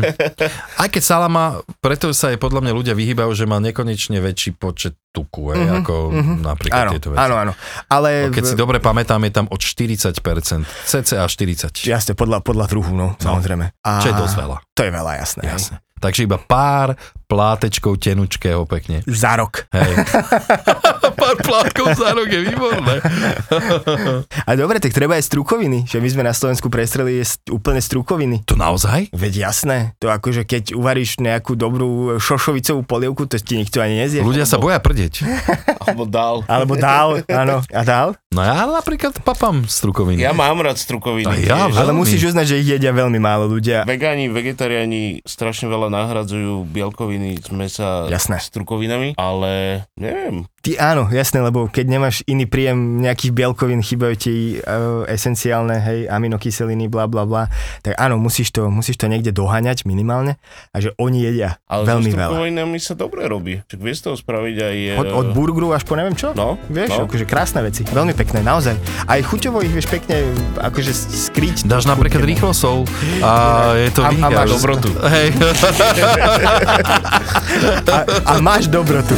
S1: Aj keď salama, preto sa jej podľa mňa ľudia vyhýbajú, že má nekonečne väčší počet tuku, hej, mm-hmm, ako mm-hmm. napríklad
S2: Mhm, Áno,
S1: tieto veci. No,
S2: áno, áno. Ale
S1: Keď si
S2: v-
S1: dobre pamätám, je tam od 40%, cca 40%,
S2: jasne, podľa, podľa druhu, no, samozrejme. A
S1: čo je dosť veľa.
S2: To je veľa, jasné. hej.
S1: Jasne. Takže iba pár plátečkov tenučkého pekne.
S2: Za rok.
S1: Hej. pár plátkov za rok je výborné.
S2: A dobre, tak treba aj strukoviny, že my sme na Slovensku prestreli st- úplne strukoviny.
S1: To naozaj?
S2: Veď jasné, to akože keď uvaríš nejakú dobrú šošovicovú polievku, to ti nikto ani nezje.
S1: Ľudia sa boja prdeť.
S3: Alebo dal.
S2: Alebo dál, áno, a dál.
S1: No ja napríklad papám strukoviny.
S3: Ja mám rád strukoviny.
S1: A ja veľmi.
S3: tiež.
S2: Ale musíš uznať, že ich jedia veľmi málo ľudia.
S3: Vegáni, vegetariáni strašne veľa nahradzujú bielkoviny z mesa
S2: Jasné.
S3: s strukovinami, ale neviem.
S2: Ty áno, jasné, lebo keď nemáš iný príjem nejakých bielkovín, chýbajú ti uh, esenciálne, hej, aminokyseliny, bla bla bla, tak áno, musíš to, musíš to niekde doháňať minimálne a že oni jedia
S3: Ale
S2: veľmi
S3: so
S2: veľa.
S3: strukovinami sa dobre robí. Čak vieš z toho spraviť aj... e,
S2: Od, od burgeru až po neviem čo?
S3: No,
S2: Vieš,
S3: no.
S2: akože krásne veci, veľmi pekné, naozaj. Aj chuťovo ich vieš pekne akože skryť.
S1: Dáš
S2: tú chuť,
S1: napríklad
S2: hej.
S1: rýchlo sol a je to
S2: A- a
S1: vynikajúce.
S2: máš
S3: dobrotu.
S1: Hej.
S2: A, a máš dobrotu.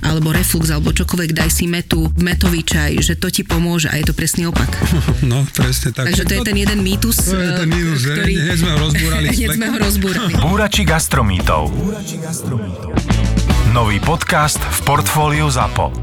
S4: alebo reflux, alebo čokoľvek, daj si metu, metový čaj, že to ti pomôže a je to presný opak.
S5: No, presne tak.
S4: Takže to je ten jeden
S5: To
S4: mýtus,
S5: je ten
S4: eh,
S5: mýtus, že hneď sme ho rozbúrali
S4: hneď
S5: spektra.
S4: sme ho rozbúrali.
S6: Búrači gastromítov. Nový podcast v portfóliu ZAPO.